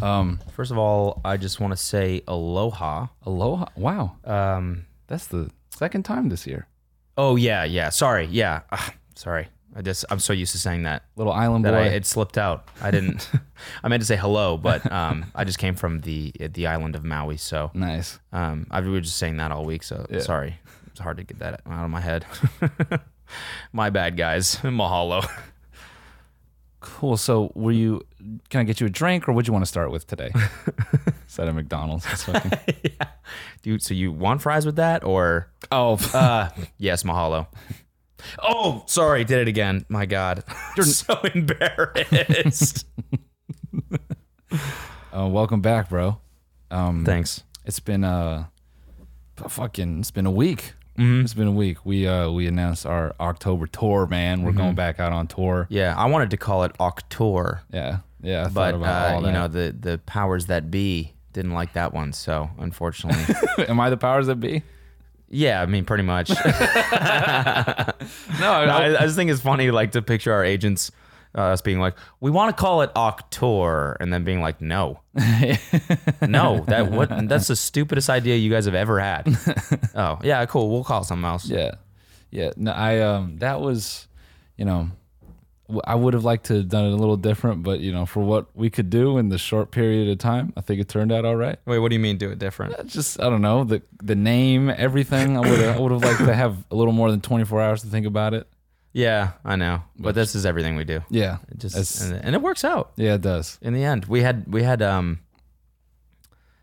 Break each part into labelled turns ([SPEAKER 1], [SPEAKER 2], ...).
[SPEAKER 1] Um,
[SPEAKER 2] First of all, I just want to say aloha.
[SPEAKER 1] aloha. Wow,
[SPEAKER 2] Um,
[SPEAKER 1] that's the second time this year.
[SPEAKER 2] oh yeah, yeah. Sorry, yeah. Ah, sorry. I just I'm so used to saying that
[SPEAKER 1] Little island
[SPEAKER 2] that
[SPEAKER 1] boy.
[SPEAKER 2] I, it slipped out. I didn't. I meant to say hello, but um, I just came from the the island of Maui, so
[SPEAKER 1] nice.
[SPEAKER 2] um, I we were just saying that all week. So
[SPEAKER 1] Yeah.
[SPEAKER 2] sorry, it's hard to get that out of my head. my bad, guys. Mahalo.
[SPEAKER 1] Cool. So, were you? Can I get you a drink, or would you want to start with today? Said at McDonald's. That's fucking-
[SPEAKER 2] Dude, so you want fries with that or?
[SPEAKER 1] oh,
[SPEAKER 2] Uh, yes, mahalo. Oh, sorry, did it again. My God, you're so embarrassed.
[SPEAKER 1] uh, welcome back, bro. Mm.
[SPEAKER 2] Thanks.
[SPEAKER 1] It's been uh, a fucking. It's been a week.
[SPEAKER 2] Mm-hmm.
[SPEAKER 1] It's been a week. We uh we announced our October tour, man. We're going back out on tour.
[SPEAKER 2] Mm-hmm. Yeah, I wanted to call it Octor,
[SPEAKER 1] Yeah, yeah. I thought
[SPEAKER 2] but
[SPEAKER 1] about all
[SPEAKER 2] uh, you
[SPEAKER 1] that.
[SPEAKER 2] know the the powers that be didn't like that one, so unfortunately,
[SPEAKER 1] Am I the powers that be?
[SPEAKER 2] yeah, I mean, pretty much.
[SPEAKER 1] No, I,
[SPEAKER 2] I, I just think it's funny, like to picture our agents. Uh, us being like, we want to call it Octor, and then being like, no, no, that what? That's the stupidest idea you guys have ever had. Oh yeah, cool. We'll call it something else.
[SPEAKER 1] Yeah, yeah. No, I um, that was, you know, w- I would have liked to have done it a little different, but you know, for what we could do in the short period of time, I think it turned out all right.
[SPEAKER 2] Wait, what do you mean? Do it different?
[SPEAKER 1] It's Just I don't know the the name, everything. I would I would have liked to have a little more than twenty four hours to think about it.
[SPEAKER 2] Yeah, I know. But this is everything we do.
[SPEAKER 1] Yeah,
[SPEAKER 2] It Just
[SPEAKER 1] It's-
[SPEAKER 2] and, and it works out
[SPEAKER 1] yeah, it does.
[SPEAKER 2] in the end. We had we had um.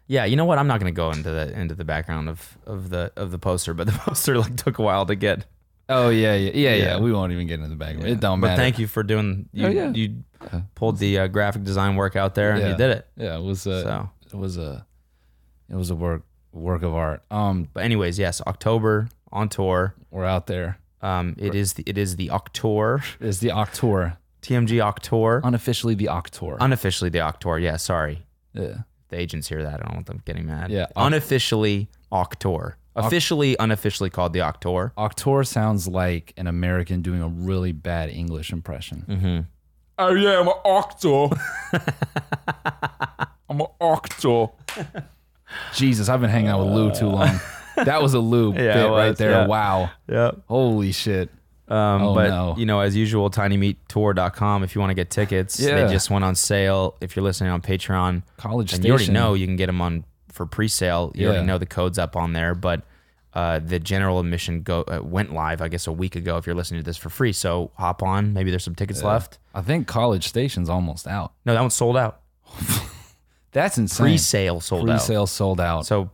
[SPEAKER 2] Yeah, you know what? I'm not gonna go into the into the background of of the of the poster, but the poster like took a while to get.
[SPEAKER 1] Oh yeah, yeah, yeah, yeah.
[SPEAKER 2] Yeah.
[SPEAKER 1] We won't even get into the bag. It don't
[SPEAKER 2] But
[SPEAKER 1] matter.
[SPEAKER 2] thank you for doing. You,
[SPEAKER 1] Oh, yeah.
[SPEAKER 2] you pulled the uh, graphic design work out there and
[SPEAKER 1] Yeah. Uh,
[SPEAKER 2] you did it.
[SPEAKER 1] yeah, it was a
[SPEAKER 2] So.
[SPEAKER 1] it was a it was a work work of art. Um,
[SPEAKER 2] But anyways, yes, October on tour.
[SPEAKER 1] we're out there.
[SPEAKER 2] Um, it is the it is the Octor
[SPEAKER 1] It's the Octor,
[SPEAKER 2] TMG Octor,
[SPEAKER 1] unofficially the Octor.
[SPEAKER 2] unofficially the Octor. Yeah, sorry.
[SPEAKER 1] yeah.
[SPEAKER 2] the agents hear that. I don't want them getting mad.
[SPEAKER 1] Yeah.
[SPEAKER 2] Unofficially Octor. Officially, unofficially called the Octor.
[SPEAKER 1] Octor sounds like an American doing a really bad English impression.
[SPEAKER 2] Mm-hmm.
[SPEAKER 1] Oh yeah, I'm an Octor. I'm an Octor. Jesus, I've been hanging out with Lou too long. That was a Lou
[SPEAKER 2] Uh. Yeah,
[SPEAKER 1] bit
[SPEAKER 2] it
[SPEAKER 1] right
[SPEAKER 2] was,
[SPEAKER 1] there.
[SPEAKER 2] yeah.
[SPEAKER 1] Wow.
[SPEAKER 2] Yep.
[SPEAKER 1] Holy shit.
[SPEAKER 2] Um,
[SPEAKER 1] Oh,
[SPEAKER 2] but,
[SPEAKER 1] no.
[SPEAKER 2] you know, as usual, tinymeattour.com if you want to get tickets.
[SPEAKER 1] Yeah.
[SPEAKER 2] They just went on sale. If you're listening on Patreon,
[SPEAKER 1] College
[SPEAKER 2] and
[SPEAKER 1] Station.
[SPEAKER 2] you already know you can get them on for pre sale. You
[SPEAKER 1] Yeah.
[SPEAKER 2] already know the code's up on there. But uh, the general admission go uh, went live, I guess, a week ago if you're listening to this for free. So hop on. Maybe there's some tickets left.
[SPEAKER 1] I think College Station's almost out.
[SPEAKER 2] No, that one's sold out.
[SPEAKER 1] That's insane.
[SPEAKER 2] Pre sale sold out.
[SPEAKER 1] Pre-sale sold out.
[SPEAKER 2] So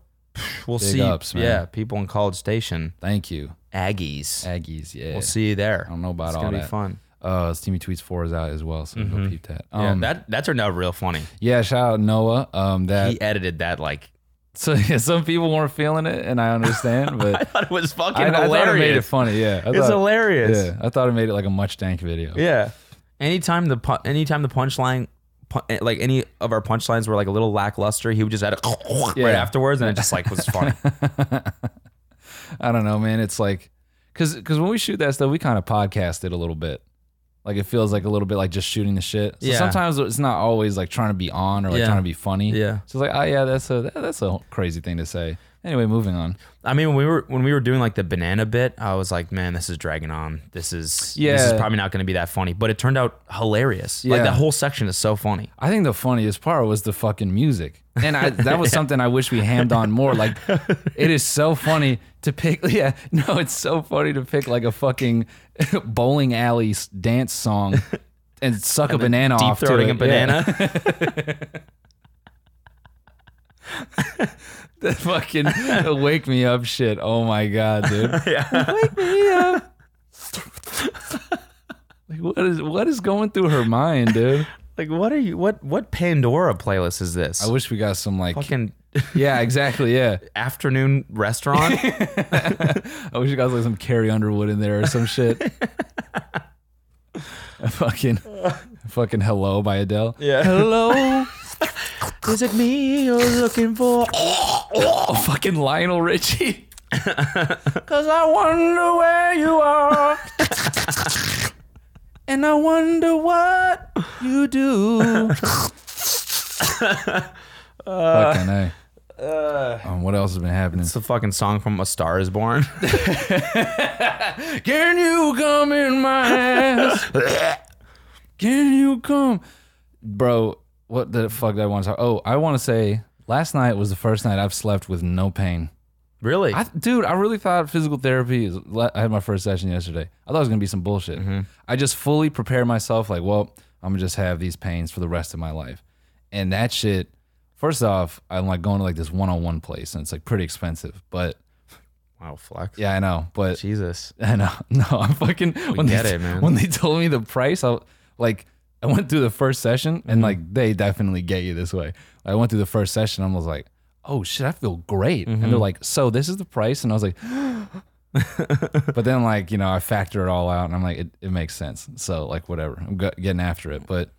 [SPEAKER 2] we'll
[SPEAKER 1] Big
[SPEAKER 2] see.
[SPEAKER 1] ups, man.
[SPEAKER 2] Yeah, people in College Station,
[SPEAKER 1] Thank you,
[SPEAKER 2] Aggies.
[SPEAKER 1] Aggies. Yeah.
[SPEAKER 2] We'll see you there.
[SPEAKER 1] I don't know about
[SPEAKER 2] it's
[SPEAKER 1] all
[SPEAKER 2] gonna be
[SPEAKER 1] that.
[SPEAKER 2] fun. Mm-hmm.
[SPEAKER 1] Uh, Steamy Tweets Four is out as well, so go peep that.
[SPEAKER 2] Yeah,
[SPEAKER 1] Um, yeah,
[SPEAKER 2] that that turned out real funny.
[SPEAKER 1] shout out Noah. Um, that
[SPEAKER 2] He edited that like
[SPEAKER 1] So yeah, some people weren't feeling it, and I understand,
[SPEAKER 2] I
[SPEAKER 1] but
[SPEAKER 2] thought it was fucking
[SPEAKER 1] I, I
[SPEAKER 2] hilarious.
[SPEAKER 1] thought it made it funny. Yeah, I
[SPEAKER 2] it's
[SPEAKER 1] thought,
[SPEAKER 2] hilarious.
[SPEAKER 1] Yeah, I thought it made it like a much dank video.
[SPEAKER 2] Yeah. Anytime the pu- anytime the punchline. pu- eh, Like any of our punchlines were like a little lackluster, he would just add it
[SPEAKER 1] Yeah.
[SPEAKER 2] right afterwards, and it just like was funny.
[SPEAKER 1] I don't know, man. It's like, cause cause when we shoot that stuff, we kind of podcast it a little bit. Like it feels like a little bit like just shooting the shit. So
[SPEAKER 2] Yeah.
[SPEAKER 1] sometimes it's not always like trying to be on or like
[SPEAKER 2] Yeah.
[SPEAKER 1] trying to be funny.
[SPEAKER 2] Yeah.
[SPEAKER 1] So it's like, oh yeah, that's a that, that's a crazy thing to say. Anyway, moving on.
[SPEAKER 2] I mean, when we were when we were doing like the banana bit, I was like, man, this is dragging on. This is this
[SPEAKER 1] Yeah.
[SPEAKER 2] is probably not going to be that funny, but it turned out hilarious.
[SPEAKER 1] Yeah.
[SPEAKER 2] Like that whole section is so funny.
[SPEAKER 1] I think the funniest part was the fucking music. And I, that was something I wish we hammed on more. Like, it is so funny to pick. Yeah, no, it's so funny to pick like a fucking bowling alley s- dance song and suck a banana
[SPEAKER 2] Deep
[SPEAKER 1] off to
[SPEAKER 2] throating
[SPEAKER 1] it.
[SPEAKER 2] a banana.
[SPEAKER 1] Yeah. fucking wake me up shit. Oh my god, dude. wake me up. like, what is what is going through her mind, dude?
[SPEAKER 2] Like, what are you? What what Pandora playlist is this?
[SPEAKER 1] I wish we got some like.
[SPEAKER 2] Fucking
[SPEAKER 1] Yeah, exactly. Yeah.
[SPEAKER 2] afternoon restaurant.
[SPEAKER 1] I wish you guys like some Carrie Underwood in there or some shit. A fucking, fucking hello by Adele.
[SPEAKER 2] Yeah.
[SPEAKER 1] Hello.
[SPEAKER 2] is it me you're looking for?
[SPEAKER 1] Oh, fucking Lionel Richie. Cause I wonder where you are. and I wonder what you do. Fucking A. Um, what else has been happening?
[SPEAKER 2] It's a fucking song from A Star Is Born.
[SPEAKER 1] Can you come in my ass? Can you come? Bro, what the fuck did I want to talk? Oh, I want to say last night was the first night I've slept with no pain.
[SPEAKER 2] really?
[SPEAKER 1] I, dude, I really thought physical therapy is. le- I had my first session yesterday. I thought it was gonna be some bullshit. I just fully prepared myself, like, well, I'm gonna just have these pains for the rest of my life. And that shit, first off, I'm like going to like this one on one place and it's like pretty expensive. But
[SPEAKER 2] wow, flex.
[SPEAKER 1] yeah, I know. But
[SPEAKER 2] Jesus.
[SPEAKER 1] I know. No, I'm fucking. when
[SPEAKER 2] get
[SPEAKER 1] they,
[SPEAKER 2] it, man.
[SPEAKER 1] When they told me the price, I like I went through the first session
[SPEAKER 2] Mm-hmm.
[SPEAKER 1] and like they definitely get you this way. I went through the first session. I was like, oh shit, I feel great. And
[SPEAKER 2] Mm-hmm.
[SPEAKER 1] they're like, so this is the price, and I was like, but then like you know I factor it all out, and I'm like, it, it makes sense. So like whatever, I'm go- getting after it. But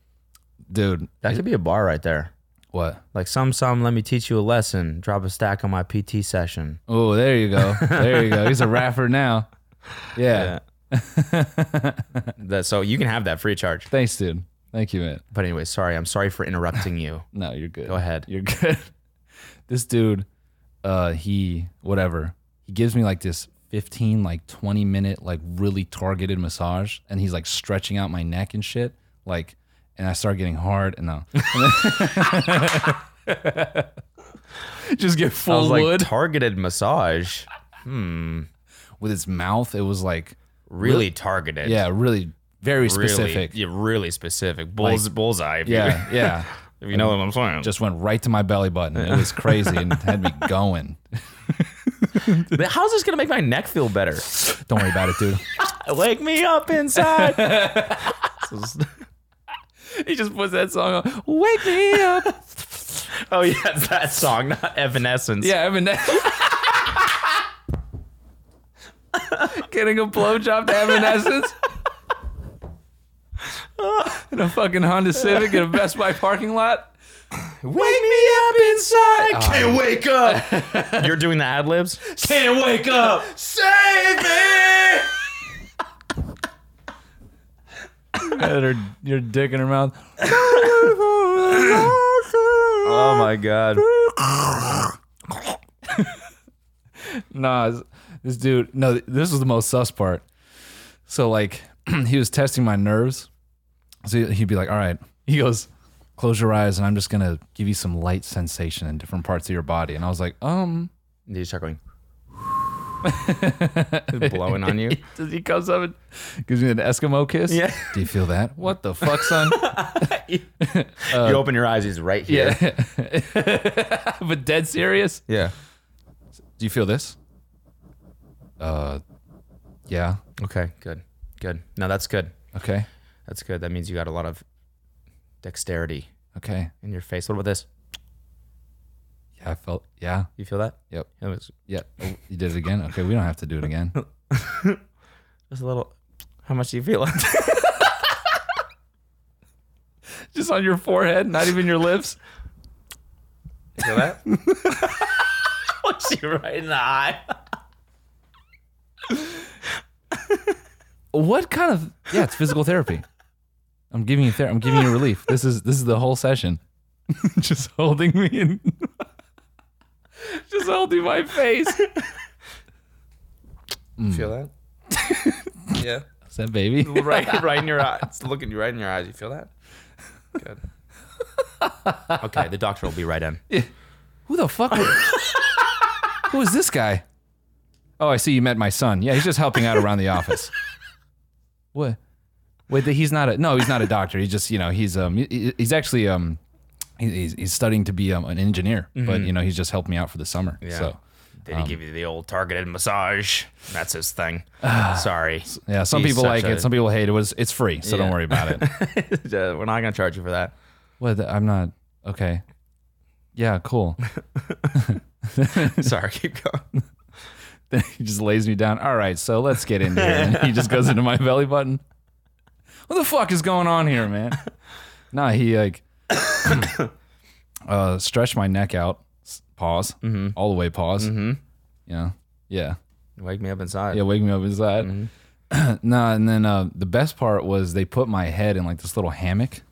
[SPEAKER 1] dude,
[SPEAKER 2] That could be a bar right there.
[SPEAKER 1] what?
[SPEAKER 2] Like some some let me teach you a lesson. Drop a stack on my PT session.
[SPEAKER 1] Oh, there you go. There you go. He's a rapper now. yeah.
[SPEAKER 2] That so you can have that free of charge.
[SPEAKER 1] Thanks, dude. Thank you, man.
[SPEAKER 2] But anyway, sorry. I'm sorry for interrupting you.
[SPEAKER 1] No, you're good.
[SPEAKER 2] Go ahead.
[SPEAKER 1] You're good. this dude, uh, he whatever. He gives me like this 15, like 20 minute, like really targeted massage, and he's like stretching out my neck and shit. Like, and I start getting hard, and uh, just get
[SPEAKER 2] I was
[SPEAKER 1] full
[SPEAKER 2] like
[SPEAKER 1] wood
[SPEAKER 2] targeted massage.
[SPEAKER 1] with his mouth. It was like,
[SPEAKER 2] Really targeted.
[SPEAKER 1] yeah, really very
[SPEAKER 2] Really,
[SPEAKER 1] specific.
[SPEAKER 2] Yeah, really specific. Bulls, bullseye. If
[SPEAKER 1] Yeah, yeah.
[SPEAKER 2] You, if you know what I'm saying.
[SPEAKER 1] Just went right to my belly button. It was crazy and had me going.
[SPEAKER 2] But how's this gonna make my neck feel better?
[SPEAKER 1] Don't worry about it, dude.
[SPEAKER 2] Wake me up inside.
[SPEAKER 1] he just puts that song on. Wake me up.
[SPEAKER 2] oh yeah, it's that song, not Evanescence.
[SPEAKER 1] Yeah, I mean that. Getting a blowjob to Evanescence. in a fucking Honda Civic in a Best Buy parking lot.
[SPEAKER 2] Wake me up inside. Can't wake up. You're doing the ad libs. Can't wake up. Save me.
[SPEAKER 1] And her, your dick in her mouth.
[SPEAKER 2] Oh my god.
[SPEAKER 1] Nah, this- this dude. No, this was the most sus part. So like, he was testing my nerves. So he'd be like, "All right," he goes, "Close your eyes, and I'm just gonna give you some light sensation in different parts of your body." And I was like, "Um."
[SPEAKER 2] You start going. blowing on you.
[SPEAKER 1] he comes up and gives me an Eskimo kiss.
[SPEAKER 2] Yeah.
[SPEAKER 1] Do you feel that? What the fuck, son?
[SPEAKER 2] you open your eyes. He's right here.
[SPEAKER 1] yeah. but dead serious.
[SPEAKER 2] Yeah.
[SPEAKER 1] Do you feel this? Uh, yeah.
[SPEAKER 2] Okay. Good. Good. No, that's good.
[SPEAKER 1] Okay.
[SPEAKER 2] That's good. That means you got a lot of dexterity
[SPEAKER 1] Okay.
[SPEAKER 2] in your face. What about this?
[SPEAKER 1] Yeah, I felt. Yeah.
[SPEAKER 2] You feel that?
[SPEAKER 1] Yep.
[SPEAKER 2] It was
[SPEAKER 1] Yeah. Oh, you did it again. Okay. We don't have to do it again.
[SPEAKER 2] just a little. How much do you feel?
[SPEAKER 1] Just on your forehead, not even your lips.
[SPEAKER 2] Feel that? Looks you right in the eye.
[SPEAKER 1] What kind of? Yeah, it's physical therapy. I'm giving you therapy. I'm giving you relief. This is this is the whole session. just holding me in. just holding my face.
[SPEAKER 2] Feel that? yeah.
[SPEAKER 1] Is that baby?
[SPEAKER 2] Hmm. Right, right in your eyes. It's looking you right in your eyes. You feel that? Good. okay, the doctor will be right in.
[SPEAKER 1] Who the fuck? Would, who is this guy? Oh, I see. You met my son. Yeah, he's just helping out around the office. What? Wait, th- he's not a no. He's not a doctor. He's just you know he's um he- he- he's actually um he- he's, he's studying to be um, an engineer,
[SPEAKER 2] Mm-hmm.
[SPEAKER 1] but you know he's just helped me out for the summer. So
[SPEAKER 2] Did he give you the old targeted massage? That's his thing. Sorry.
[SPEAKER 1] yeah, some
[SPEAKER 2] He's
[SPEAKER 1] people
[SPEAKER 2] such
[SPEAKER 1] like
[SPEAKER 2] a-
[SPEAKER 1] it. Some people hate it. it. Was it's free, so don't
[SPEAKER 2] Yeah.
[SPEAKER 1] worry about it.
[SPEAKER 2] Uh, We're not gonna charge you for that.
[SPEAKER 1] what? the- I'm not okay. Yeah, cool.
[SPEAKER 2] Sorry, keep going.
[SPEAKER 1] Then he just lays me down. All right, so let's get in here. And he just goes into my belly button. What the fuck is going on here, man? Nah, he like uh stretched my neck out, s- pause, all the way pause. Mm-hmm. You know, yeah,
[SPEAKER 2] Wake me up inside.
[SPEAKER 1] yeah, wake me up inside. nah, and then uh, the best part was they put my head in like this little hammock,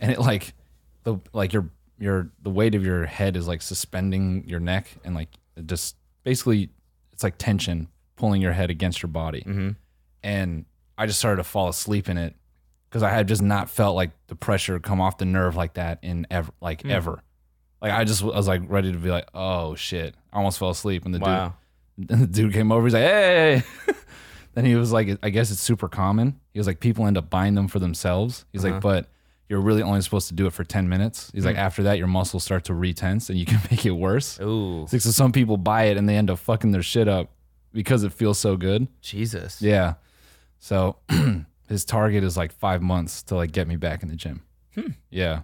[SPEAKER 1] and it like the like your your the weight of your head is like suspending your neck and like it just basically it's like tension pulling your head against your body. And I just started to fall asleep in it because I had just not felt like the pressure come off the nerve like that in ever like ever. Like I just I was like ready to be like, oh shit. I almost fell asleep and the
[SPEAKER 2] Wow.
[SPEAKER 1] dude and the dude came over, he's like, hey Then he was like, I guess it's super common. He was like, people end up buying them for themselves. He's like, but you're really only supposed to do it for 10 minutes. He's like, after that, your muscles start to retense and you can make it worse.
[SPEAKER 2] Ooh,
[SPEAKER 1] It's like, so some people buy it and they end up fucking their shit up because it feels so good.
[SPEAKER 2] Jesus.
[SPEAKER 1] Yeah. So his target is like five months to like get me back in the gym. Yeah.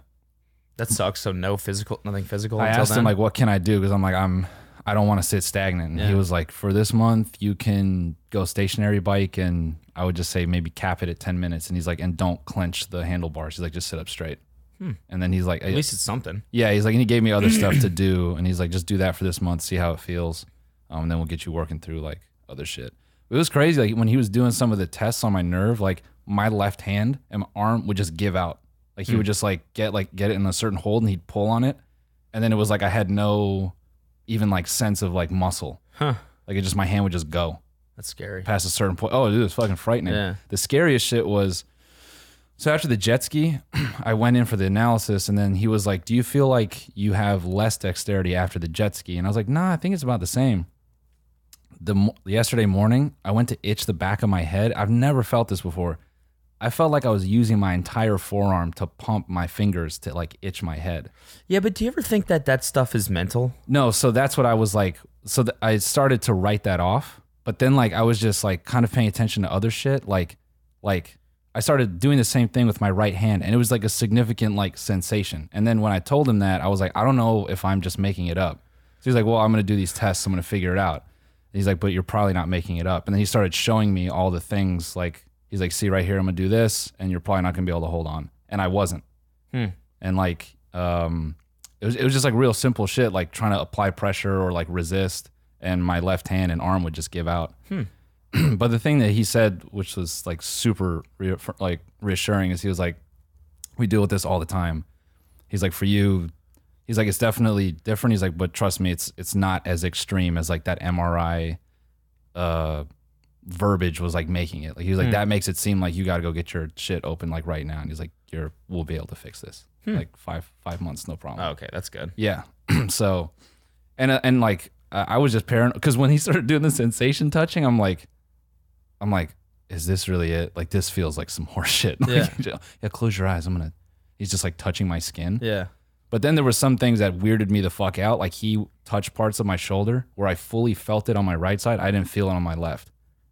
[SPEAKER 2] That sucks. So no physical, nothing physical.
[SPEAKER 1] I
[SPEAKER 2] until
[SPEAKER 1] asked
[SPEAKER 2] then?
[SPEAKER 1] him like, what can I do? Because I'm like, I'm, I don't want to sit stagnant. And he was like, for this month, you can go stationary bike, and I would just say maybe cap it at 10 minutes. And he's like, and don't clench the handlebars. He's like, just sit up straight. And then he's like,
[SPEAKER 2] at least it's something.
[SPEAKER 1] yeah, he's like, and he gave me other stuff to do, and he's like, just do that for this month, see how it feels, um, and then we'll get you working through like other shit. It was crazy. Like when he was doing some of the tests on my nerve, like my left hand and my arm would just give out. Like he would just like get like get it in a certain hold, and he'd pull on it, and then it was like I had no even like sense of like muscle.
[SPEAKER 2] Huh.
[SPEAKER 1] Like it just my hand would just go
[SPEAKER 2] That's scary.
[SPEAKER 1] past a certain point. Oh, dude, it was fucking frightening.
[SPEAKER 2] Yeah.
[SPEAKER 1] The scariest shit was so after the jet ski, I went in for the analysis, and then he was like, "Do you feel like you have less dexterity after the jet ski?" And I was like, "Nah, I think it's about the same." The mo- yesterday morning, I went to itch the back of my head. I've never felt this before. I felt like I was using my entire forearm to pump my fingers to like itch my head.
[SPEAKER 2] Yeah, but do you ever think that that stuff is mental?
[SPEAKER 1] No, so that's what I was like. So th- I started to write that off, but then like I was just like kind of paying attention to other shit. Like, like I started doing the same thing with my right hand, and it was like a significant like sensation. And then when I told him that, I was like, I don't know if I'm just making it up. So he's like, Well, I'm gonna do these tests. I'm gonna figure it out. And he's like, But you're probably not making it up. And then he started showing me all the things. Like he's like, See right here, I'm gonna do this, and you're probably not gonna be able to hold on. And I wasn't and like um it was, it was just like real simple shit like trying to apply pressure or like resist and my left hand and arm would just give out but the thing that he said which was like super re- like reassuring is he was like we deal with this all the time he's like for you he's like it's definitely different he's like but trust me it's it's not as extreme as like that mri uh verbiage was like making it like he was like that makes it seem like you got to go get your shit open like right now and he's like you're we'll be able to fix this like five five months no problem
[SPEAKER 2] Oh, okay, that's good.
[SPEAKER 1] yeah. so, and uh, and like I I was just paranoid because when he started doing the sensation touching, I'm like, I'm like, is this really it? Like this feels like some horse shit. Like, yeah. Close your eyes. I'm gonna. He's just like touching my skin.
[SPEAKER 2] Yeah.
[SPEAKER 1] But then there were some things that weirded me the fuck out. Like he touched parts of my shoulder where I fully felt it on my right side. I didn't feel it on my left.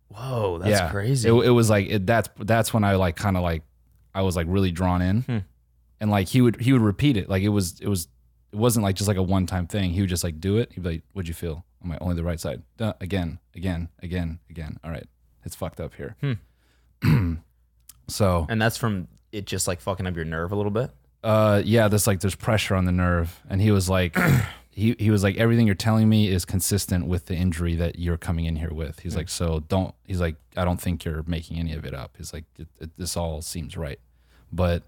[SPEAKER 2] Whoa, that's
[SPEAKER 1] yeah.
[SPEAKER 2] crazy.
[SPEAKER 1] It, it was like it, that's that's when I like kind of like I was like really drawn in,
[SPEAKER 2] Hmm.
[SPEAKER 1] and like he would he would repeat it like it was it was it wasn't like just like a one time thing. He would just like do it. He'd be like, "What'd you feel?" I'm like, "Only the right side." Duh, again, again, again, again. All right, it's fucked up here.
[SPEAKER 2] Hmm.
[SPEAKER 1] so
[SPEAKER 2] and that's from it just like fucking up your nerve a little bit.
[SPEAKER 1] uh yeah there's like there's pressure on the nerve and he was like he, he was like everything you're telling me is consistent with the injury that you're coming in here with he's like so don't he's like i don't think you're making any of it up he's like it, it, this all seems right but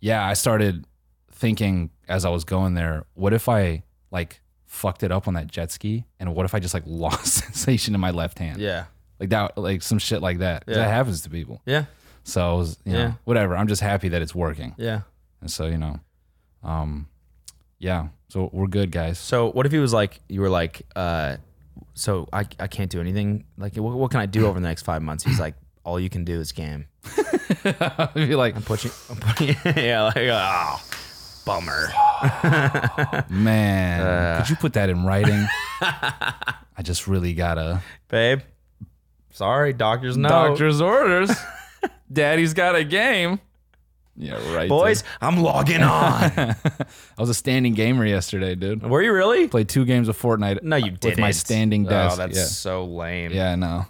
[SPEAKER 1] yeah i started thinking as i was going there what if i like fucked it up on that jet ski and what if i just like lost sensation in my left hand
[SPEAKER 2] Yeah.
[SPEAKER 1] like that like some shit like that 'Cause
[SPEAKER 2] Yeah.
[SPEAKER 1] that happens to people
[SPEAKER 2] Yeah.
[SPEAKER 1] so I was, you
[SPEAKER 2] Yeah.
[SPEAKER 1] know whatever i'm just happy that it's working
[SPEAKER 2] Yeah.
[SPEAKER 1] and so, you know, um, yeah. So we're good, guys.
[SPEAKER 2] So what if he was like you were like, uh, so I I can't do anything. Like what, what can I do over the next five months? He's like, all you can do is game.
[SPEAKER 1] You're like,
[SPEAKER 2] Put you, I'm putting, yeah, like oh, bummer.
[SPEAKER 1] man, could you put that in writing? I just really gotta.
[SPEAKER 2] babe. Sorry, doctor's note.
[SPEAKER 1] orders. Daddy's got a game. Yeah, right. dude.
[SPEAKER 2] Boys, I'm logging on.
[SPEAKER 1] I was a standing gamer yesterday, dude.
[SPEAKER 2] Were you really?
[SPEAKER 1] Played two games of Fortnite.
[SPEAKER 2] No, you didn't.
[SPEAKER 1] With my standing desk.
[SPEAKER 2] Oh, that's
[SPEAKER 1] yeah.
[SPEAKER 2] so lame.
[SPEAKER 1] Yeah, I know.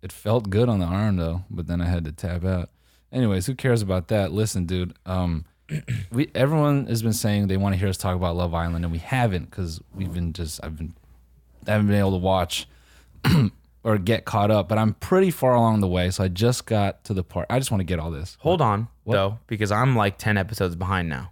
[SPEAKER 1] It felt good on the arm though, but then I had to tap out. Anyways, who cares about that? Listen, dude. Um, we everyone has been saying they want to hear us talk about Love Island, and we haven't because we've been just I've been I haven't been able to watch or get caught up. But I'm pretty far along the way, so I just got to the part. I just want to get all this.
[SPEAKER 2] Hold on, though, because I'm like 10 episodes behind now.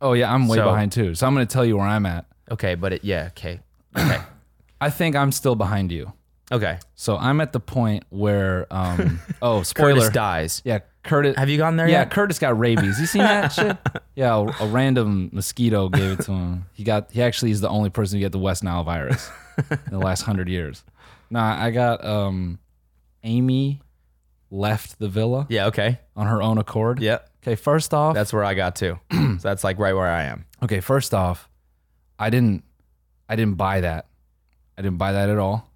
[SPEAKER 1] Oh yeah, I'm way
[SPEAKER 2] So-
[SPEAKER 1] behind too. So I'm gonna tell you where I'm at.
[SPEAKER 2] Okay, but it, yeah, okay, okay,
[SPEAKER 1] I think I'm still behind you.
[SPEAKER 2] okay.
[SPEAKER 1] So I'm at the point where um oh spoiler
[SPEAKER 2] Curtis dies.
[SPEAKER 1] yeah Curtis
[SPEAKER 2] Have you gone there
[SPEAKER 1] yeah
[SPEAKER 2] yet?
[SPEAKER 1] Curtis got rabies. You seen that shit? Yeah, a, a random mosquito gave it to him. He got he actually is the only person who got the West Nile virus in the last hundred years. Nah, I got um Amy left the villa
[SPEAKER 2] Yeah. Okay.
[SPEAKER 1] on her own accord.
[SPEAKER 2] Yeah.
[SPEAKER 1] Okay, first off,
[SPEAKER 2] That's where I got to. so that's like right where I am.
[SPEAKER 1] okay, first off, I didn't I didn't buy that. I didn't buy that at all.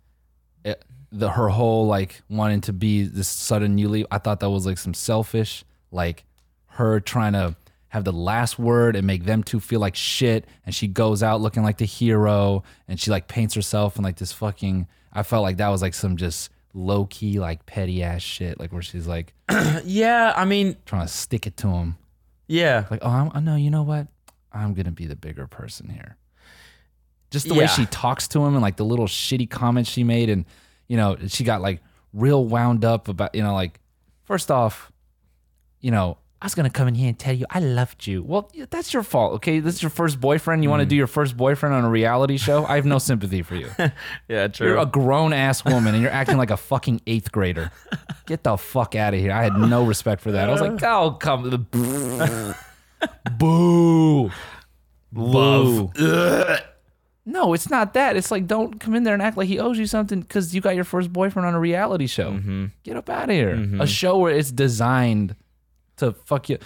[SPEAKER 1] It, the her whole like wanting to be this sudden you leave. I thought that was like some selfish, like her trying to have the last word and make them two feel like shit. And she goes out looking like the hero, and she like paints herself in like this fucking. I felt like that was like some just low key like petty ass shit, like where she's like
[SPEAKER 2] Uh, Yeah. I mean,
[SPEAKER 1] trying to stick it to him.
[SPEAKER 2] yeah.
[SPEAKER 1] Like, oh, I'm, oh, no, you know what? I'm gonna be the bigger person here. Just the way
[SPEAKER 2] Yeah.
[SPEAKER 1] she talks to him and like the little shitty comments she made, and you know, she got like real wound up about, you know, like first off, you know, I was gonna come in here and tell you I loved you. Well, yeah, that's your fault, okay? This is your first boyfriend. You want to do your first boyfriend on a reality show? I have no sympathy for you.
[SPEAKER 2] Yeah. True.
[SPEAKER 1] You're a grown ass woman and you're acting like a fucking eighth grader. Get the fuck out of here. I had no respect for that. I was like, oh, come. the- Boo. Love. No, it's not that. It's like, don't come in there and act like he owes you something because you got your first boyfriend on a reality show. Get up out of here. A show where it's designed to fuck you.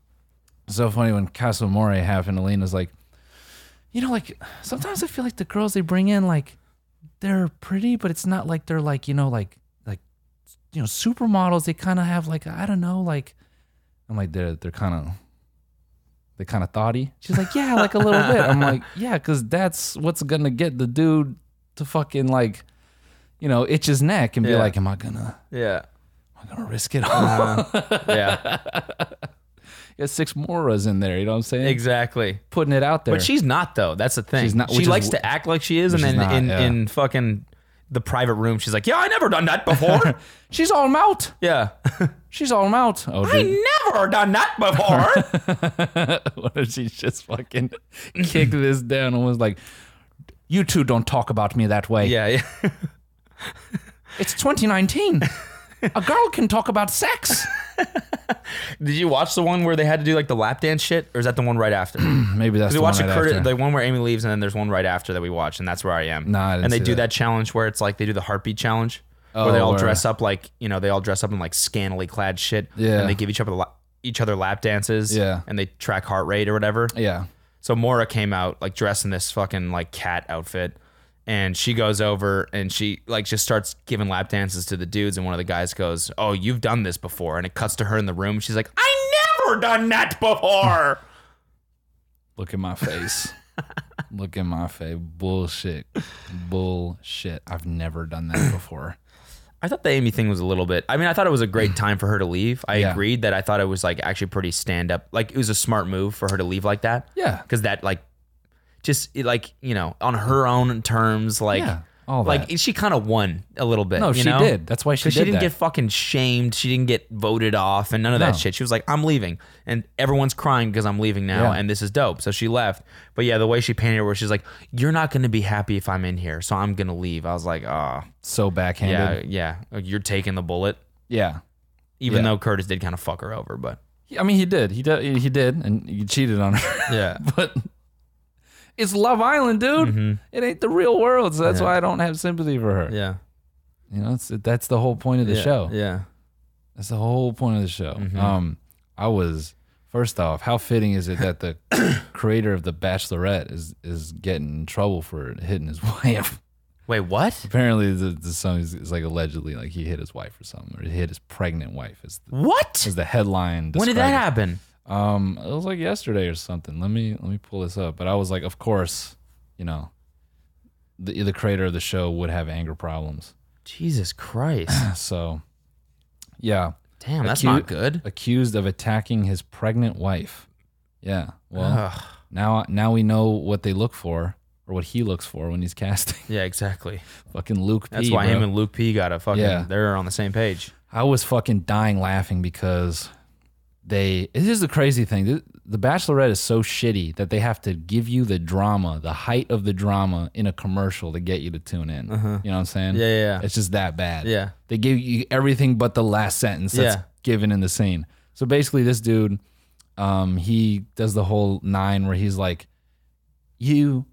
[SPEAKER 1] so funny when Casa More happened, Elena's like, you know, like sometimes I feel like the girls they bring in, like, they're pretty, but it's not like they're like, you know, like, like, you know, supermodels. They kind of have like, I don't know, like, I'm like, they're, they're kind of, they kind of thoughty. She's like, yeah, like a little bit. I'm like, yeah, because that's what's gonna get the dude to fucking like, you know, itch his neck and be
[SPEAKER 2] Yeah.
[SPEAKER 1] like, am I gonna,
[SPEAKER 2] yeah.
[SPEAKER 1] am I gonna risk it all?
[SPEAKER 2] Uh-huh. Yeah.
[SPEAKER 1] you got six Moras in there. You know what I'm saying?
[SPEAKER 2] Exactly.
[SPEAKER 1] Putting it out there.
[SPEAKER 2] But she's not though. That's the thing.
[SPEAKER 1] She's not-
[SPEAKER 2] She
[SPEAKER 1] which is
[SPEAKER 2] likes
[SPEAKER 1] wh-
[SPEAKER 2] to act like she is, and
[SPEAKER 1] which
[SPEAKER 2] then
[SPEAKER 1] is not,
[SPEAKER 2] in
[SPEAKER 1] yeah.
[SPEAKER 2] in fucking the private room, she's like, "Yeah, I never done that before.
[SPEAKER 1] she's all out.
[SPEAKER 2] yeah,
[SPEAKER 1] She's all out. Oh, dude.
[SPEAKER 2] I never done that before."
[SPEAKER 1] what if she just fucking kicked this down and was like, you two don't talk about me that way.
[SPEAKER 2] yeah, yeah.
[SPEAKER 1] It's 2019. A girl can talk about sex.
[SPEAKER 2] Did you watch the one where they had to do like the lap dance shit, or is that the one right after?
[SPEAKER 1] Maybe that's
[SPEAKER 2] We
[SPEAKER 1] the
[SPEAKER 2] watched
[SPEAKER 1] one
[SPEAKER 2] the,
[SPEAKER 1] right
[SPEAKER 2] Curtis,
[SPEAKER 1] after.
[SPEAKER 2] the one where Amy leaves, and then there's one right after that we watch, and that's where I am.
[SPEAKER 1] Nah, I didn't
[SPEAKER 2] and they
[SPEAKER 1] see
[SPEAKER 2] do
[SPEAKER 1] that.
[SPEAKER 2] that. challenge where it's like they do the heartbeat challenge,
[SPEAKER 1] Oh,
[SPEAKER 2] where they all
[SPEAKER 1] where-
[SPEAKER 2] dress up like you know they all dress up in like scantily clad shit,
[SPEAKER 1] Yeah.
[SPEAKER 2] and they give each other la- each other lap dances,
[SPEAKER 1] Yeah.
[SPEAKER 2] and they track heart rate or whatever.
[SPEAKER 1] yeah.
[SPEAKER 2] So Mora came out like dressed in this fucking like cat outfit, and she goes over and she like just starts giving lap dances to the dudes, and one of the guys goes, "Oh, you've done this before," and it cuts to her in the room. She's like, "I never done that before."
[SPEAKER 1] Look at my face. Look at my face. Bullshit. Bullshit. I've never done that before.
[SPEAKER 2] I thought the Amy thing was a little bit. I mean, I thought it was a great time for her to leave. I
[SPEAKER 1] Mm. Yeah.
[SPEAKER 2] agreed that I thought it was like actually pretty stand up. Like it was a smart move for her to leave like that.
[SPEAKER 1] Yeah.
[SPEAKER 2] Cause that like just it, like, you know, on her own terms, like
[SPEAKER 1] Yeah, all
[SPEAKER 2] like she kind of won a little bit.
[SPEAKER 1] No,
[SPEAKER 2] you
[SPEAKER 1] she
[SPEAKER 2] know?
[SPEAKER 1] did. That's why she
[SPEAKER 2] Because she
[SPEAKER 1] did
[SPEAKER 2] didn't
[SPEAKER 1] that.
[SPEAKER 2] get fucking shamed. She didn't get voted off and none of
[SPEAKER 1] No.
[SPEAKER 2] that shit. She was like, I'm leaving. And everyone's crying because I'm leaving now
[SPEAKER 1] Yeah.
[SPEAKER 2] and this is dope. So she left. But yeah, the way she painted it where she's like, You're not gonna be happy if I'm in here, so I'm gonna leave. I was like, ah.
[SPEAKER 1] so
[SPEAKER 2] Yeah,
[SPEAKER 1] backhanded.
[SPEAKER 2] yeah. Like, You're taking the bullet,
[SPEAKER 1] Yeah.
[SPEAKER 2] even
[SPEAKER 1] Yeah.
[SPEAKER 2] though Curtis did kind of fuck her over, but
[SPEAKER 1] He- I mean, he did. He did. He did, and you cheated on her.
[SPEAKER 2] yeah,
[SPEAKER 1] but it's Love Island, dude. It ain't the real world, so that's
[SPEAKER 2] Mm-hmm. Yeah.
[SPEAKER 1] why I don't have sympathy for her.
[SPEAKER 2] yeah.
[SPEAKER 1] You know, it's, that's the whole point of the show.
[SPEAKER 2] Yeah. Mm-hmm.
[SPEAKER 1] That's the whole point of the show. Um, I was first off, how fitting is it that the creator of The Bachelorette is is getting in trouble for hitting his wife?
[SPEAKER 2] Wait, what?
[SPEAKER 1] Apparently, the, the song is, is like allegedly like he hit his wife or something, or he hit his pregnant wife. Is the,
[SPEAKER 2] What?
[SPEAKER 1] is the headline?
[SPEAKER 2] When did
[SPEAKER 1] describing-
[SPEAKER 2] that happen?
[SPEAKER 1] Um, it was like yesterday or something. Let me let me pull this up. But I was like, of course, you know, the the creator of the show would have anger problems.
[SPEAKER 2] Jesus Christ.
[SPEAKER 1] So, yeah,
[SPEAKER 2] Damn, that's
[SPEAKER 1] Acute-
[SPEAKER 2] not good.
[SPEAKER 1] accused of attacking his pregnant wife. Yeah. Well,
[SPEAKER 2] Ugh.
[SPEAKER 1] now now we know what they look for or what he looks for when he's casting.
[SPEAKER 2] Yeah, exactly.
[SPEAKER 1] fucking Luke P.
[SPEAKER 2] That's why
[SPEAKER 1] bro.
[SPEAKER 2] him and Luke P got a fucking.
[SPEAKER 1] Yeah.
[SPEAKER 2] They're on the same page.
[SPEAKER 1] I was fucking dying laughing because they. This is the crazy thing. Th- The Bachelorette is so shitty that they have to give you the drama, the height of the drama in a commercial to get you to tune in. You know what I'm saying?
[SPEAKER 2] Yeah, yeah, yeah.
[SPEAKER 1] It's just that bad.
[SPEAKER 2] Yeah.
[SPEAKER 1] They give you everything but the last sentence that's
[SPEAKER 2] Yeah.
[SPEAKER 1] given in the scene. So basically, this dude, um, he does the whole nine where he's like, you.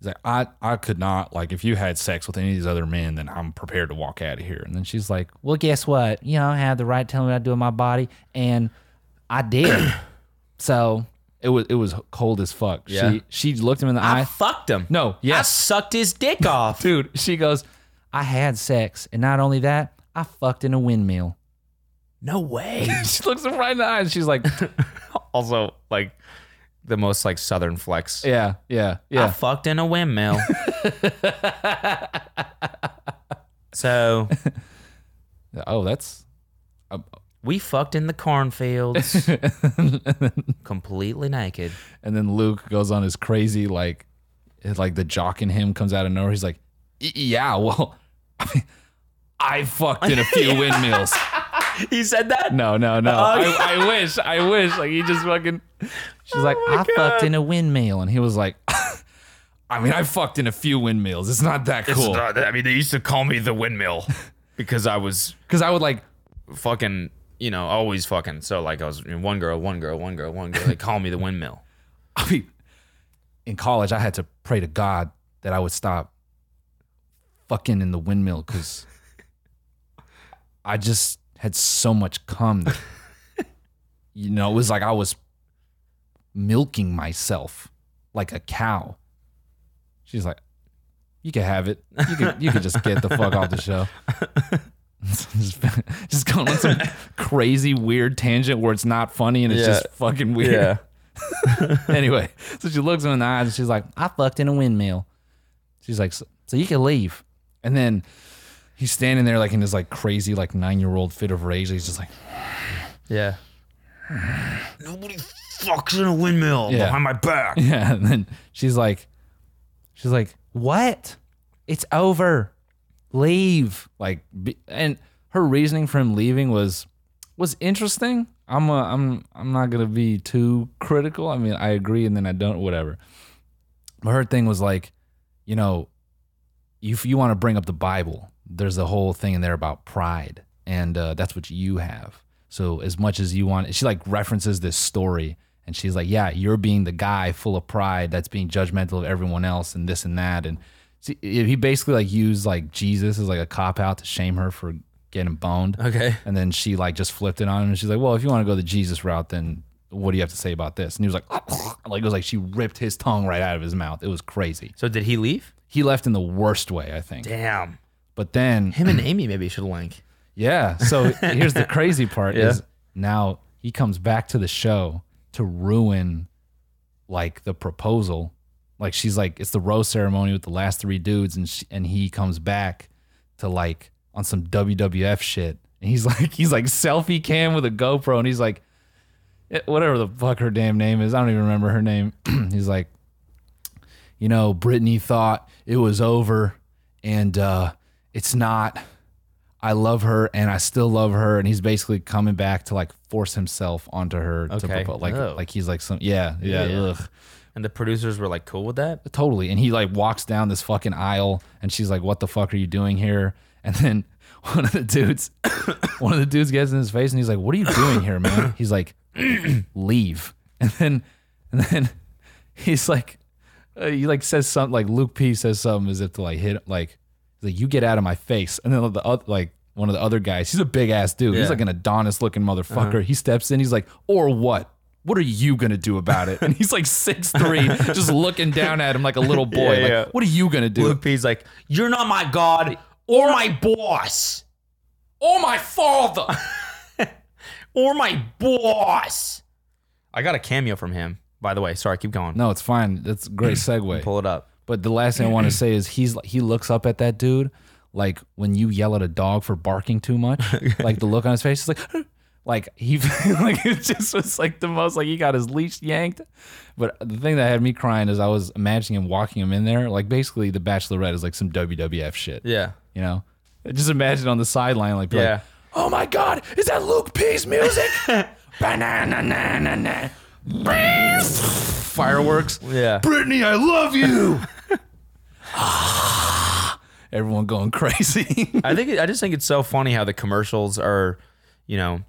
[SPEAKER 1] He's like, I, I could not like if you had sex with any of these other men, then I'm prepared to walk out of here. And then she's like, Well, guess what? You know, I had the right to tell me what I do with my body, and I did. so it was it was cold as fuck.
[SPEAKER 2] Yeah.
[SPEAKER 1] She she looked him in the
[SPEAKER 2] I,
[SPEAKER 1] eye.
[SPEAKER 2] fucked him.
[SPEAKER 1] No,
[SPEAKER 2] I
[SPEAKER 1] yes,
[SPEAKER 2] sucked his dick off.
[SPEAKER 1] dude. She goes, I had sex, and not only that, I fucked in a windmill.
[SPEAKER 2] no way.
[SPEAKER 1] she looks him right in the eye, and she's like,
[SPEAKER 2] also, like the most like southern flex.
[SPEAKER 1] Yeah, yeah,
[SPEAKER 2] I
[SPEAKER 1] yeah.
[SPEAKER 2] fucked in a windmill. so Ah.
[SPEAKER 1] oh, that's
[SPEAKER 2] we fucked in the cornfields, completely naked.
[SPEAKER 1] And then Luke goes on his crazy like, it's like the jock in him comes out of nowhere. He's like, "Y- yeah, well, I fucked in a few windmills.
[SPEAKER 2] He said that.
[SPEAKER 1] No, no, no.
[SPEAKER 2] Oh, yeah. Oh
[SPEAKER 1] I, I wish, I wish. Like he just fucking. She's like,
[SPEAKER 2] my
[SPEAKER 1] I fucked in a windmill, and he was like, I mean, I fucked in a few windmills. It's not that cool
[SPEAKER 2] I mean, they used to call me the windmill because I was
[SPEAKER 1] because I would like.
[SPEAKER 2] fucking, you know, always fucking. So like I was one girl, one girl, one girl, one girl. They call me the windmill.
[SPEAKER 1] I mean, in college, I had to pray to God that I would stop fucking in the windmill because I just had so much cum. that- you know, it was like I was milking myself like a cow. She's like, "You can have it. You can you can just get the fuck off the show." just, just going on some crazy weird tangent where it's not funny and it's
[SPEAKER 2] Yeah.
[SPEAKER 1] just fucking weird anyway, so she looks him in the eyes and she's like, I fucked in a windmill. She's like, so, so you can leave. And then he's standing there like in his like crazy like nine year old fit of rage. He's just like,
[SPEAKER 2] Yeah. Nobody fucks in a windmill
[SPEAKER 1] Yeah.
[SPEAKER 2] behind my back.
[SPEAKER 1] yeah. And then she's like, she's like, what? It's over. Leave. Like, be, and her reasoning for him leaving was was interesting. I'm a, I'm I'm not gonna be too critical. I mean, I agree, and then I don't. Whatever. But her thing was like, you know, if you want to bring up the Bible, there's a whole thing in there about pride, and uh, that's what you have. So as much as you want, she like references this story, and she's like, "Yeah, you're being the guy full of pride that's being judgmental of everyone else, and this and that." And see, he basically like used like Jesus as like a cop out to shame her for getting boned.
[SPEAKER 2] Okay.
[SPEAKER 1] And then she like just flipped it on him and she's like, Well, if you want to go the Jesus route, then what do you have to say about this? And he was like, like it was like she ripped his tongue right out of his mouth. It was crazy.
[SPEAKER 2] So did he leave?
[SPEAKER 1] He left in the worst way, I think.
[SPEAKER 2] Damn.
[SPEAKER 1] But then
[SPEAKER 2] Him and Amy maybe should link.
[SPEAKER 1] yeah. So here's the crazy part is now he comes back to the show to ruin like the proposal. Like she's like it's the rose ceremony with the last three dudes and she, and he comes back to like on some WWF shit. And he's like he's like selfie cam with a GoPro and he's like eh, whatever the fuck her damn name is. I don't even remember her name. he's like you know, Brittany thought it was over and uh it's not. I love her and I still love her. And he's basically coming back to like force himself onto her to
[SPEAKER 2] Okay.
[SPEAKER 1] propose. Like,
[SPEAKER 2] Oh.
[SPEAKER 1] like he's like some, yeah, yeah,
[SPEAKER 2] Yeah.
[SPEAKER 1] Ugh.
[SPEAKER 2] And the producers were like cool with that?
[SPEAKER 1] totally. And he like walks down this fucking aisle and she's like, what the fuck are you doing here? And then one of the dudes, one of the dudes gets in his face and he's like, what are you doing here, man? He's like, leave. And then, and then he's like, uh, he like says something like Luke P says something as if to like hit like he's like you get out of my face, and then the other like one of the other guys, he's a big ass dude, he's
[SPEAKER 2] Yeah. Uh-huh.
[SPEAKER 1] like an Adonis looking motherfucker. He steps in, he's like, or what? What are you gonna do about it? And he's like six three, just looking down at him like a little boy.
[SPEAKER 2] Yeah,
[SPEAKER 1] like,
[SPEAKER 2] yeah.
[SPEAKER 1] what are you gonna do?
[SPEAKER 2] Luke P's like, You're not my god or my boss.
[SPEAKER 1] Oh my father!
[SPEAKER 2] Or my boss. I got a cameo from him, by the way. Sorry, keep going.
[SPEAKER 1] no, it's fine. That's a great segue.
[SPEAKER 2] Pull it up.
[SPEAKER 1] But the last thing I want to say is he's he looks up at that dude like when you yell at a dog for barking too much, like the look on his face is like like he like it just was like the most like he got his leash yanked. But the thing that had me crying is I was imagining him walking him in there like basically the Bachelorette is like some WWF shit,
[SPEAKER 2] Yeah.
[SPEAKER 1] you know. Just imagine on the sideline like, be like,
[SPEAKER 2] Yeah.
[SPEAKER 1] oh my god, is that Luke P's music? Banana na na na. fireworks.
[SPEAKER 2] Yeah.
[SPEAKER 1] Brittany, I love you. Ah, Everyone going crazy.
[SPEAKER 2] I think I just think it's so funny how the commercials are, you know,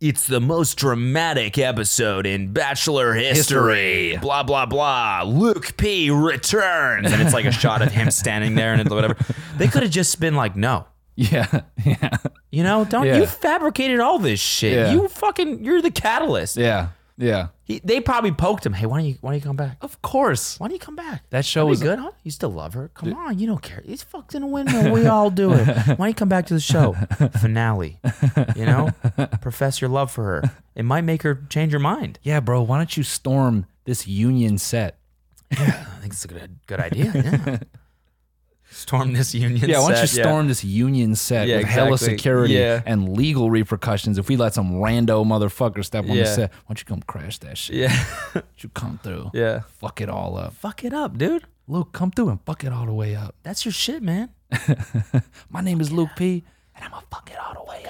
[SPEAKER 2] it's the most dramatic episode in Bachelor history.
[SPEAKER 1] History.
[SPEAKER 2] Blah blah blah. Luke P returns, and it's like a shot of him standing there and whatever. They could have just been like, no.
[SPEAKER 1] yeah. Yeah.
[SPEAKER 2] You know, don't
[SPEAKER 1] Yeah.
[SPEAKER 2] you fabricated all this shit?
[SPEAKER 1] Yeah.
[SPEAKER 2] You fucking, you're the catalyst.
[SPEAKER 1] Yeah. Yeah.
[SPEAKER 2] He, they probably poked him. Hey, why don't you, why don't you come back?
[SPEAKER 1] Of course.
[SPEAKER 2] Why don't you come back?
[SPEAKER 1] That show
[SPEAKER 2] That'd
[SPEAKER 1] was
[SPEAKER 2] be good, huh? You still love her? Come on, you don't care. It's fucked in a windmill. We all do it. Why don't you come back to the show? Finale. You know? Profess your love for her. It might make her change her mind.
[SPEAKER 1] Yeah, bro, why don't you storm this union set?
[SPEAKER 2] I think it's a good good idea. Yeah. Storm this union.
[SPEAKER 1] Yeah, why don't you
[SPEAKER 2] set,
[SPEAKER 1] storm this union set
[SPEAKER 2] Yeah,
[SPEAKER 1] with hella
[SPEAKER 2] exactly.
[SPEAKER 1] security
[SPEAKER 2] Yeah.
[SPEAKER 1] and legal repercussions if we let some rando motherfucker step on the
[SPEAKER 2] Yeah.
[SPEAKER 1] set? Why don't you come crash that shit?
[SPEAKER 2] Yeah.
[SPEAKER 1] Why don't you come through?
[SPEAKER 2] Yeah. yeah.
[SPEAKER 1] Fuck it all up.
[SPEAKER 2] Fuck it up, dude.
[SPEAKER 1] Luke, come through and fuck it all the way up.
[SPEAKER 2] That's your shit, man.
[SPEAKER 1] My name is Luke P, and I'm gonna fuck it all the way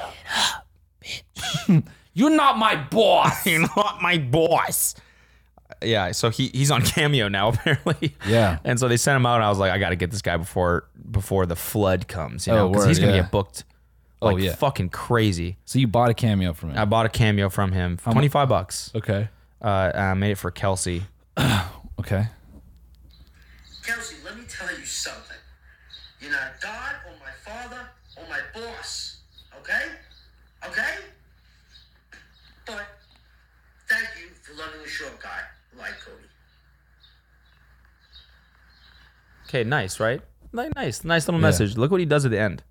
[SPEAKER 1] up. You're not my boss.
[SPEAKER 2] You're not my boss. Yeah, so he, he's on cameo now apparently.
[SPEAKER 1] Yeah.
[SPEAKER 2] and so they sent him out, and I was like, I got to get this guy before before the flood comes, you know,
[SPEAKER 1] Oh,
[SPEAKER 2] because
[SPEAKER 1] word,
[SPEAKER 2] he's gonna
[SPEAKER 1] yeah.
[SPEAKER 2] get booked.
[SPEAKER 1] Oh,
[SPEAKER 2] Like
[SPEAKER 1] yeah.
[SPEAKER 2] fucking crazy.
[SPEAKER 1] So you bought a cameo from it.
[SPEAKER 2] I bought a cameo from him, for twenty five bucks.
[SPEAKER 1] okay.
[SPEAKER 2] Uh, and I made it for Kelsey.
[SPEAKER 1] Okay.
[SPEAKER 3] Kelsey, let me tell you something. You're not God or my father or my boss. Okay? Okay? But thank you for loving a short guy like Cody.
[SPEAKER 2] Okay, nice, right? Like, nice, nice little message. Look what he does at the end.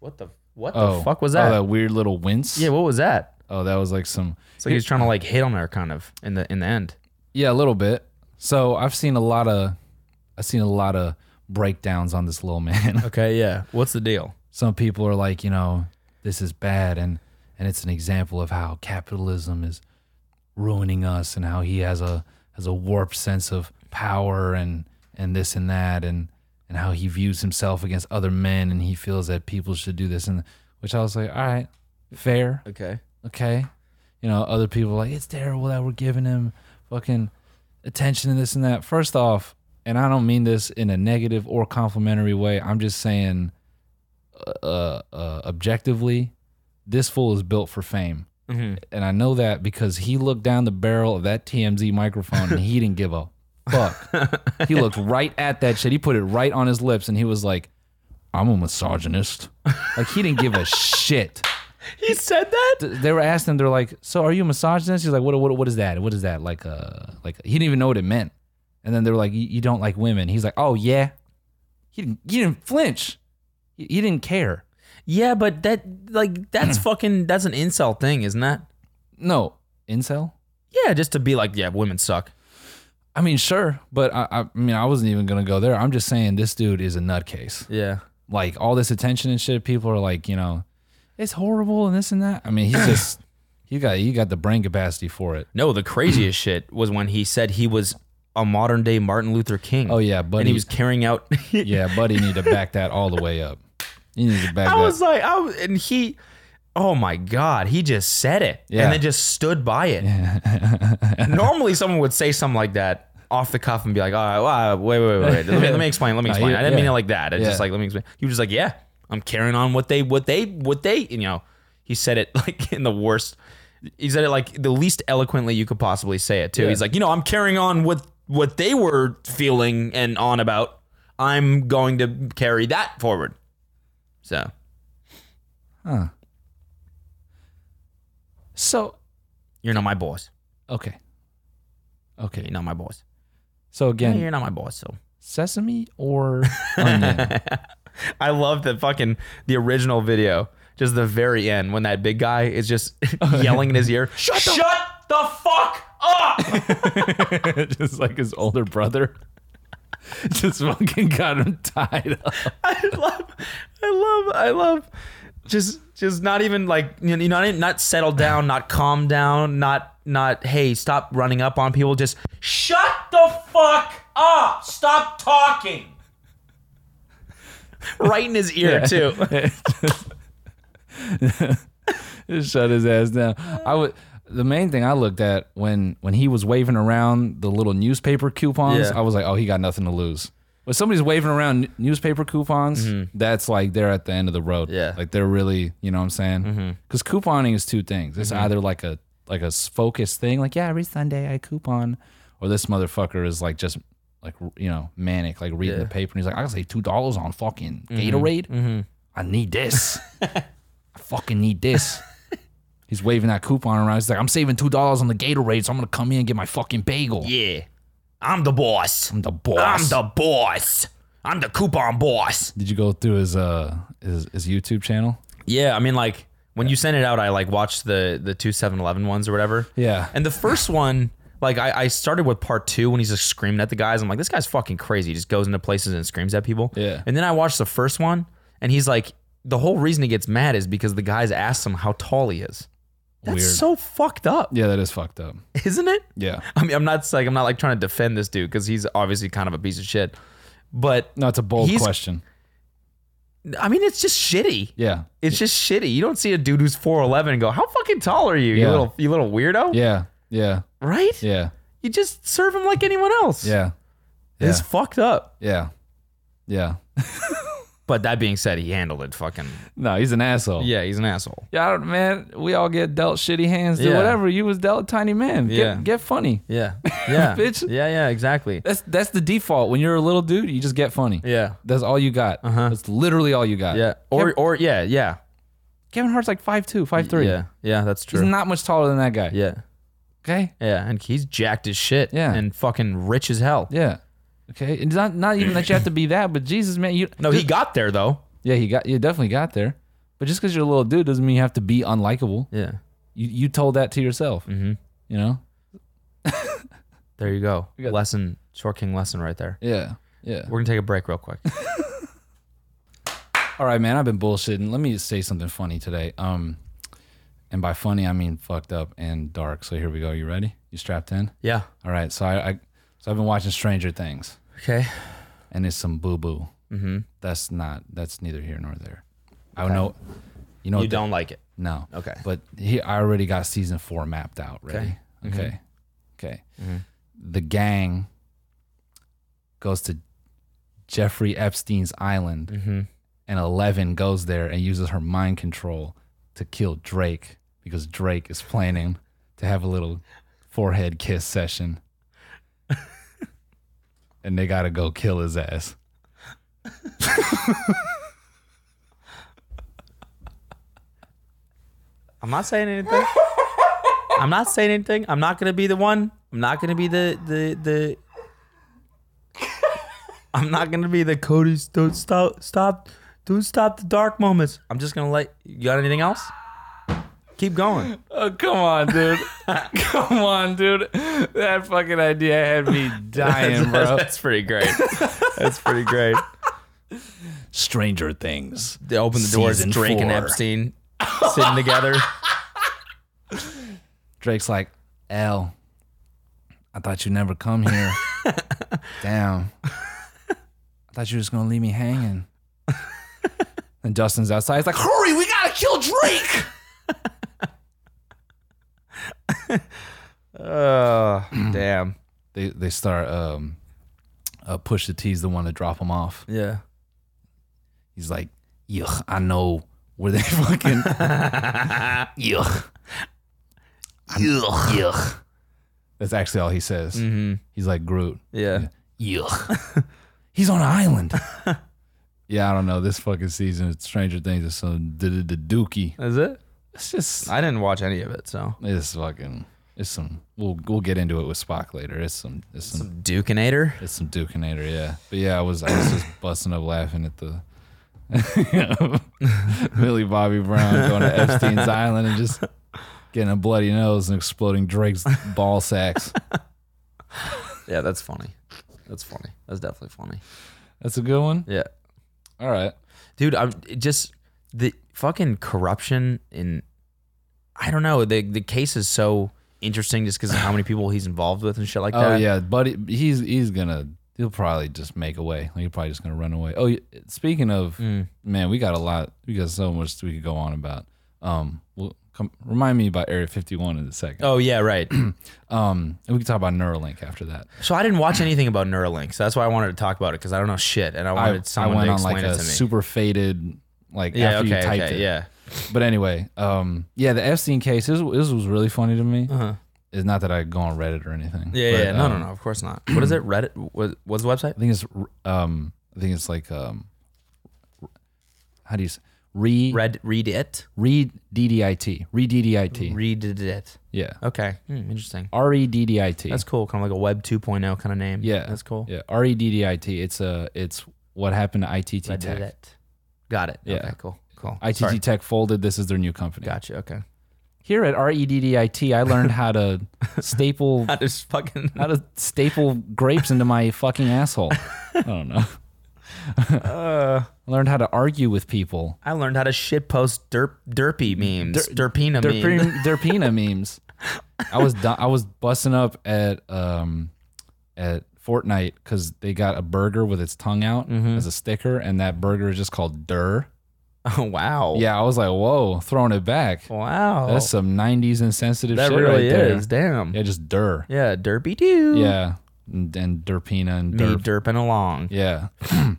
[SPEAKER 2] What the what the
[SPEAKER 1] oh,
[SPEAKER 2] fuck was that?
[SPEAKER 1] Oh, that weird little wince.
[SPEAKER 2] yeah, what was that?
[SPEAKER 1] Oh, that was like some.
[SPEAKER 2] It's like he was trying to like hit on her, kind of in the in the end.
[SPEAKER 1] Yeah, a little bit. So I've seen a lot of, I've seen a lot of breakdowns on this little man.
[SPEAKER 2] Okay, yeah. What's the deal?
[SPEAKER 1] some people are like, you know, this is bad and and it's an example of how capitalism is ruining us and how he has a has a warped sense of power and and this and that and and how he views himself against other men and he feels that people should do this and which I was like, all right, fair
[SPEAKER 2] Okay.
[SPEAKER 1] okay? You know, other people are like, it's terrible that we're giving him fucking attention and this and that. First off, and I don't mean this in a negative or complimentary way, I'm just saying, uh, uh, objectively, this fool is built for fame.
[SPEAKER 2] Mm-hmm.
[SPEAKER 1] And I know that because he looked down the barrel of that TMZ microphone and he didn't give a fuck. he looked right at that shit. He put it right on his lips and he was like, I'm a misogynist. Like, he didn't give a shit
[SPEAKER 2] He said that?
[SPEAKER 1] they were asking him, they're like, "So are you a misogynist?" He's like, "What? What? What is that? What is that? Like, uh, like he didn't even know what it meant." And then they were like, "You you don't like women?" He's like, "Oh yeah." He didn't. He didn't flinch. He, he didn't care.
[SPEAKER 2] Yeah, but that like that's fucking that's an insult thing, isn't that?
[SPEAKER 1] No incel.
[SPEAKER 2] Yeah, just to be like, yeah, women suck.
[SPEAKER 1] I mean, sure, but I, I mean, I wasn't even gonna go there. I'm just saying this dude is a nutcase.
[SPEAKER 2] Yeah.
[SPEAKER 1] Like all this attention and shit. People are like, you know, it's horrible and this and that. I mean, he's just he got he got the brain capacity for it.
[SPEAKER 2] No, the craziest shit was when he said he was a modern day Martin Luther King.
[SPEAKER 1] Oh yeah, buddy.
[SPEAKER 2] and he was carrying out.
[SPEAKER 1] yeah, buddy. Need to back that all the way up. You need to back
[SPEAKER 2] I
[SPEAKER 1] that.
[SPEAKER 2] was like, I was, and he, oh my god, he just said it,
[SPEAKER 1] Yeah.
[SPEAKER 2] and then just stood by it. Normally, someone would say something like that off the cuff and be like, all right, well, wait, wait, wait, wait, let me, let me explain, let me
[SPEAKER 1] Nah,
[SPEAKER 2] explain.
[SPEAKER 1] he-
[SPEAKER 2] I didn't mean
[SPEAKER 1] yeah.
[SPEAKER 2] it like that. I
[SPEAKER 1] Yeah.
[SPEAKER 2] just like let me explain. He was just like, yeah, I'm carrying on what they, what they, what they, you know. He said it like in the worst. He said it like the least eloquently you could possibly say it too. He's like, you know, I'm carrying on what what they were feeling and on about. I'm going to carry that forward. So
[SPEAKER 1] So
[SPEAKER 2] you're not my boss.
[SPEAKER 1] okay, okay.
[SPEAKER 2] You're not my boss.
[SPEAKER 1] So
[SPEAKER 2] Yeah,
[SPEAKER 1] again,
[SPEAKER 2] you're not my boss. So
[SPEAKER 1] sesame or onion?
[SPEAKER 2] I love the fucking the original video, just the very end when that big guy is just yelling in his ear. Shut the, fuck up!
[SPEAKER 1] just like his older brother, just fucking got him tied up.
[SPEAKER 2] I love, I love, I love. Just, just not even like you know, not not settle down, not calm down, not not. Hey, stop running up on people. Just shut the fuck up. Stop talking. Right in his ear too.
[SPEAKER 1] Just shut his ass down. I would. The main thing I looked at when when he was waving around the little newspaper coupons,
[SPEAKER 2] Yeah.
[SPEAKER 1] I was like, oh, he got nothing to lose. When somebody's waving around n- newspaper coupons, that's like they're at the end of the road.
[SPEAKER 2] Yeah. Mm-hmm.
[SPEAKER 1] like they're really, you know what I'm saying? Because couponing is two things. It's either like a like a s- focused thing, like yeah, every Sunday I coupon, or this motherfucker is like just like r- you know manic, like reading the paper and he's like, I can save two dollars on fucking
[SPEAKER 2] Mm-hmm.
[SPEAKER 1] Gatorade. I need this. I fucking need this. He's waving that coupon around. He's like, I'm saving two dollars on the Gatorade, so I'm gonna come in and get my fucking bagel.
[SPEAKER 2] Yeah. I'm the boss.
[SPEAKER 1] I'm the boss.
[SPEAKER 2] boss. I'm the coupon boss.
[SPEAKER 1] Did you go through his uh his, his YouTube channel?
[SPEAKER 2] Yeah, I mean like when you sent it out, I like watched the the two 7-Eleven ones or whatever.
[SPEAKER 1] Yeah.
[SPEAKER 2] And the first one, like I, I started with part two when he's just screaming at the guys. I'm like, this guy's fucking crazy. He just goes into places and screams at people.
[SPEAKER 1] Yeah.
[SPEAKER 2] And then I watched the first one and he's like, the whole reason he gets mad is because the guys asked him how tall he is. That's
[SPEAKER 1] Weird.
[SPEAKER 2] so fucked up,
[SPEAKER 1] yeah, that is fucked up.
[SPEAKER 2] isn't it?
[SPEAKER 1] Yeah.
[SPEAKER 2] I mean, I'm not like I'm not like trying to defend this dude because he's obviously kind of a piece of shit. But
[SPEAKER 1] No, it's a bold
[SPEAKER 2] He's-
[SPEAKER 1] question.
[SPEAKER 2] I mean, it's just shitty.
[SPEAKER 1] Yeah.
[SPEAKER 2] It's just shitty. You don't see a dude who's 4'11 and go, How fucking tall are you, you
[SPEAKER 1] Yeah.
[SPEAKER 2] little you little weirdo?
[SPEAKER 1] Yeah. Yeah.
[SPEAKER 2] Right?
[SPEAKER 1] Yeah.
[SPEAKER 2] You just serve him like anyone else.
[SPEAKER 1] Yeah.
[SPEAKER 2] It's
[SPEAKER 1] Yeah.
[SPEAKER 2] fucked up.
[SPEAKER 1] Yeah. Yeah.
[SPEAKER 2] But that being said, he handled it fucking
[SPEAKER 1] No, he's an asshole.
[SPEAKER 2] Yeah, he's an asshole.
[SPEAKER 1] Yeah, I don't, man, we all get dealt shitty hands. Dude,
[SPEAKER 2] Yeah.
[SPEAKER 1] whatever. You was dealt a tiny man. Get,
[SPEAKER 2] Yeah.
[SPEAKER 1] get funny.
[SPEAKER 2] Yeah. Yeah.
[SPEAKER 1] Bitch.
[SPEAKER 2] Yeah, yeah, exactly.
[SPEAKER 1] That's that's the default. When you're a little dude, you just get funny.
[SPEAKER 2] Yeah.
[SPEAKER 1] That's all you got. Uh-huh. That's literally all you got.
[SPEAKER 2] Yeah. Or or yeah, yeah.
[SPEAKER 1] Kevin Hart's like 5'2", 5'3".
[SPEAKER 2] Yeah. Yeah, that's
[SPEAKER 1] He's
[SPEAKER 2] true.
[SPEAKER 1] not much taller than that guy.
[SPEAKER 2] yeah.
[SPEAKER 1] Okay?
[SPEAKER 2] Yeah. And he's jacked as shit.
[SPEAKER 1] Yeah.
[SPEAKER 2] And fucking rich as hell.
[SPEAKER 1] Yeah. Okay. And not not even that you have to be that, but Jesus, man, you
[SPEAKER 2] No, he got there though.
[SPEAKER 1] Yeah, he got you definitely got there. But just because you're a little dude doesn't mean you have to be unlikable.
[SPEAKER 2] Yeah.
[SPEAKER 1] You you told that to yourself. Mm-hmm. You know?
[SPEAKER 2] There you go.
[SPEAKER 1] got-
[SPEAKER 2] Lesson, short king lesson right there.
[SPEAKER 1] Yeah. Yeah.
[SPEAKER 2] We're gonna take a break real quick.
[SPEAKER 1] All right, man. I've been bullshitting. Let me say something funny today. Um, and by funny I mean fucked up and dark. So here we go. You ready? You strapped in?
[SPEAKER 2] yeah.
[SPEAKER 1] All right. So I, I so I've been watching Stranger Things,
[SPEAKER 2] Okay.
[SPEAKER 1] and it's some boo boo. Mm-hmm. That's not. That's neither here nor there. I don't know. You know.
[SPEAKER 2] You don't like it.
[SPEAKER 1] No.
[SPEAKER 2] Okay.
[SPEAKER 1] But he, I already got season four mapped out. Ready? Okay. Mm-hmm. Okay. The gang goes to Jeffrey Epstein's island, and Eleven goes there and uses her mind control to kill Drake because Drake is planning to have a little forehead kiss session. and they gotta go kill his ass.
[SPEAKER 2] I'm not saying anything. I'm not saying anything. I'm not gonna be the one. I'm not gonna be the the the. I'm not gonna be the Cody. Don't stop! Stop! Don't stop the dark moments. I'm just gonna let you got anything else. Keep going.
[SPEAKER 1] Oh, come on, dude. come on, dude. That fucking idea had me dying, bro.
[SPEAKER 2] That's pretty great. That's pretty great.
[SPEAKER 1] Stranger Things.
[SPEAKER 2] They open the doors.
[SPEAKER 1] Season
[SPEAKER 2] Drake and
[SPEAKER 1] four.
[SPEAKER 2] Epstein sitting together.
[SPEAKER 1] Drake's like, L, I thought you'd never come here. Damn. I thought you were just going to leave me hanging. And Justin's outside. He's like, hurry, we got to kill Drake.
[SPEAKER 2] Oh, damn.
[SPEAKER 1] They, they start, um, uh, Push the T's the one to drop him off.
[SPEAKER 2] Yeah.
[SPEAKER 1] He's like, yuck, I know where they fucking yuck. Yuck. Mm. Yuck. That's actually all he says. He's like Groot.
[SPEAKER 2] Mm-hmm. Yeah.
[SPEAKER 1] Yuck. He's on an island. yeah, I don't know. This fucking season of Stranger Things is so d- d- dookie.
[SPEAKER 2] Is it?
[SPEAKER 1] It's just
[SPEAKER 2] I didn't watch any of it, so.
[SPEAKER 1] it's fucking it's some we'll we'll get into it with Spock later. It's some it's some
[SPEAKER 2] Dukenator.
[SPEAKER 1] it's some Dukinator, yeah. But yeah, I was I was just busting up laughing at the Billy Bobby Brown going to Epstein's Island and just getting a bloody nose and exploding Drake's ball sacks.
[SPEAKER 2] Yeah, that's funny. That's funny. That's definitely funny.
[SPEAKER 1] That's a good one.
[SPEAKER 2] Yeah,
[SPEAKER 1] All right.
[SPEAKER 2] dude. I'm it just the fucking corruption in. I don't know. The the case is so interesting just because of how many people he's involved with and shit like
[SPEAKER 1] Oh
[SPEAKER 2] that.
[SPEAKER 1] yeah, buddy. He's he's gonna he'll probably just make away. Like, he's probably just gonna run away. Oh, y- speaking of,
[SPEAKER 2] Mm.
[SPEAKER 1] man, we got a lot. We got so much we could go on about. Um, well, come remind me about Area 51 in a second.
[SPEAKER 2] Oh yeah, right.
[SPEAKER 1] Um, and we can talk about Neuralink after that.
[SPEAKER 2] so I didn't watch anything about Neuralink, so that's why I wanted to talk about it because I don't know shit, and I
[SPEAKER 1] I,
[SPEAKER 2] wanted
[SPEAKER 1] I
[SPEAKER 2] someone
[SPEAKER 1] went
[SPEAKER 2] to
[SPEAKER 1] on
[SPEAKER 2] explain
[SPEAKER 1] like
[SPEAKER 2] it
[SPEAKER 1] a
[SPEAKER 2] to me.
[SPEAKER 1] super faded, like
[SPEAKER 2] yeah,
[SPEAKER 1] after
[SPEAKER 2] okay,
[SPEAKER 1] you typed
[SPEAKER 2] okay,
[SPEAKER 1] it.
[SPEAKER 2] yeah.
[SPEAKER 1] But anyway, um, yeah, the Epstein case. This, this was really funny to me.
[SPEAKER 2] Uh-huh.
[SPEAKER 1] It's not that I go on Reddit or anything.
[SPEAKER 2] Yeah,
[SPEAKER 1] but,
[SPEAKER 2] yeah, no,
[SPEAKER 1] um,
[SPEAKER 2] no, no. Of course not. What is it? Reddit? What, what's the website?
[SPEAKER 1] I think it's um, I think it's like um, how do you say re
[SPEAKER 2] Red, read it.
[SPEAKER 1] read DDIT read DDIT
[SPEAKER 2] Read it.
[SPEAKER 1] yeah
[SPEAKER 2] Okay. Hmm, interesting.
[SPEAKER 1] R E D D I T
[SPEAKER 2] That's cool. Kind of like a Web 2.0 kind of name.
[SPEAKER 1] yeah
[SPEAKER 2] That's cool.
[SPEAKER 1] yeah R E D D I T it's a it's what happened to ITT
[SPEAKER 2] Reddit.
[SPEAKER 1] Tech
[SPEAKER 2] Got it.
[SPEAKER 1] Yeah.
[SPEAKER 2] Okay. Cool. Cool.
[SPEAKER 1] ITT
[SPEAKER 2] Sorry.
[SPEAKER 1] Tech folded this is their new company
[SPEAKER 2] Gotcha. Okay.
[SPEAKER 1] here at R E D D I T I learned how to staple
[SPEAKER 2] I just fucking.
[SPEAKER 1] how to staple grapes into my fucking asshole I don't know
[SPEAKER 2] Uh,
[SPEAKER 1] I learned how to argue with people
[SPEAKER 2] I learned how to shit post derp derpy memes. derpina
[SPEAKER 1] They're
[SPEAKER 2] memes.
[SPEAKER 1] pin- they're Pina memes. I was do- I was busting up at um at Fortnite because they got a burger with its tongue out
[SPEAKER 2] Mm-hmm.
[SPEAKER 1] as a sticker, and that burger is just called Dur.
[SPEAKER 2] Oh wow.
[SPEAKER 1] Yeah, I was like, whoa, throwing it back.
[SPEAKER 2] Wow.
[SPEAKER 1] That's some '90s insensitive
[SPEAKER 2] Oh. that
[SPEAKER 1] shit
[SPEAKER 2] really
[SPEAKER 1] right there.
[SPEAKER 2] is. Damn.
[SPEAKER 1] Yeah, just Dur.
[SPEAKER 2] Yeah. Derpy doo.
[SPEAKER 1] Yeah, and, and Derpina and
[SPEAKER 2] Me
[SPEAKER 1] Derp.
[SPEAKER 2] derping along.
[SPEAKER 1] Yeah, yeah.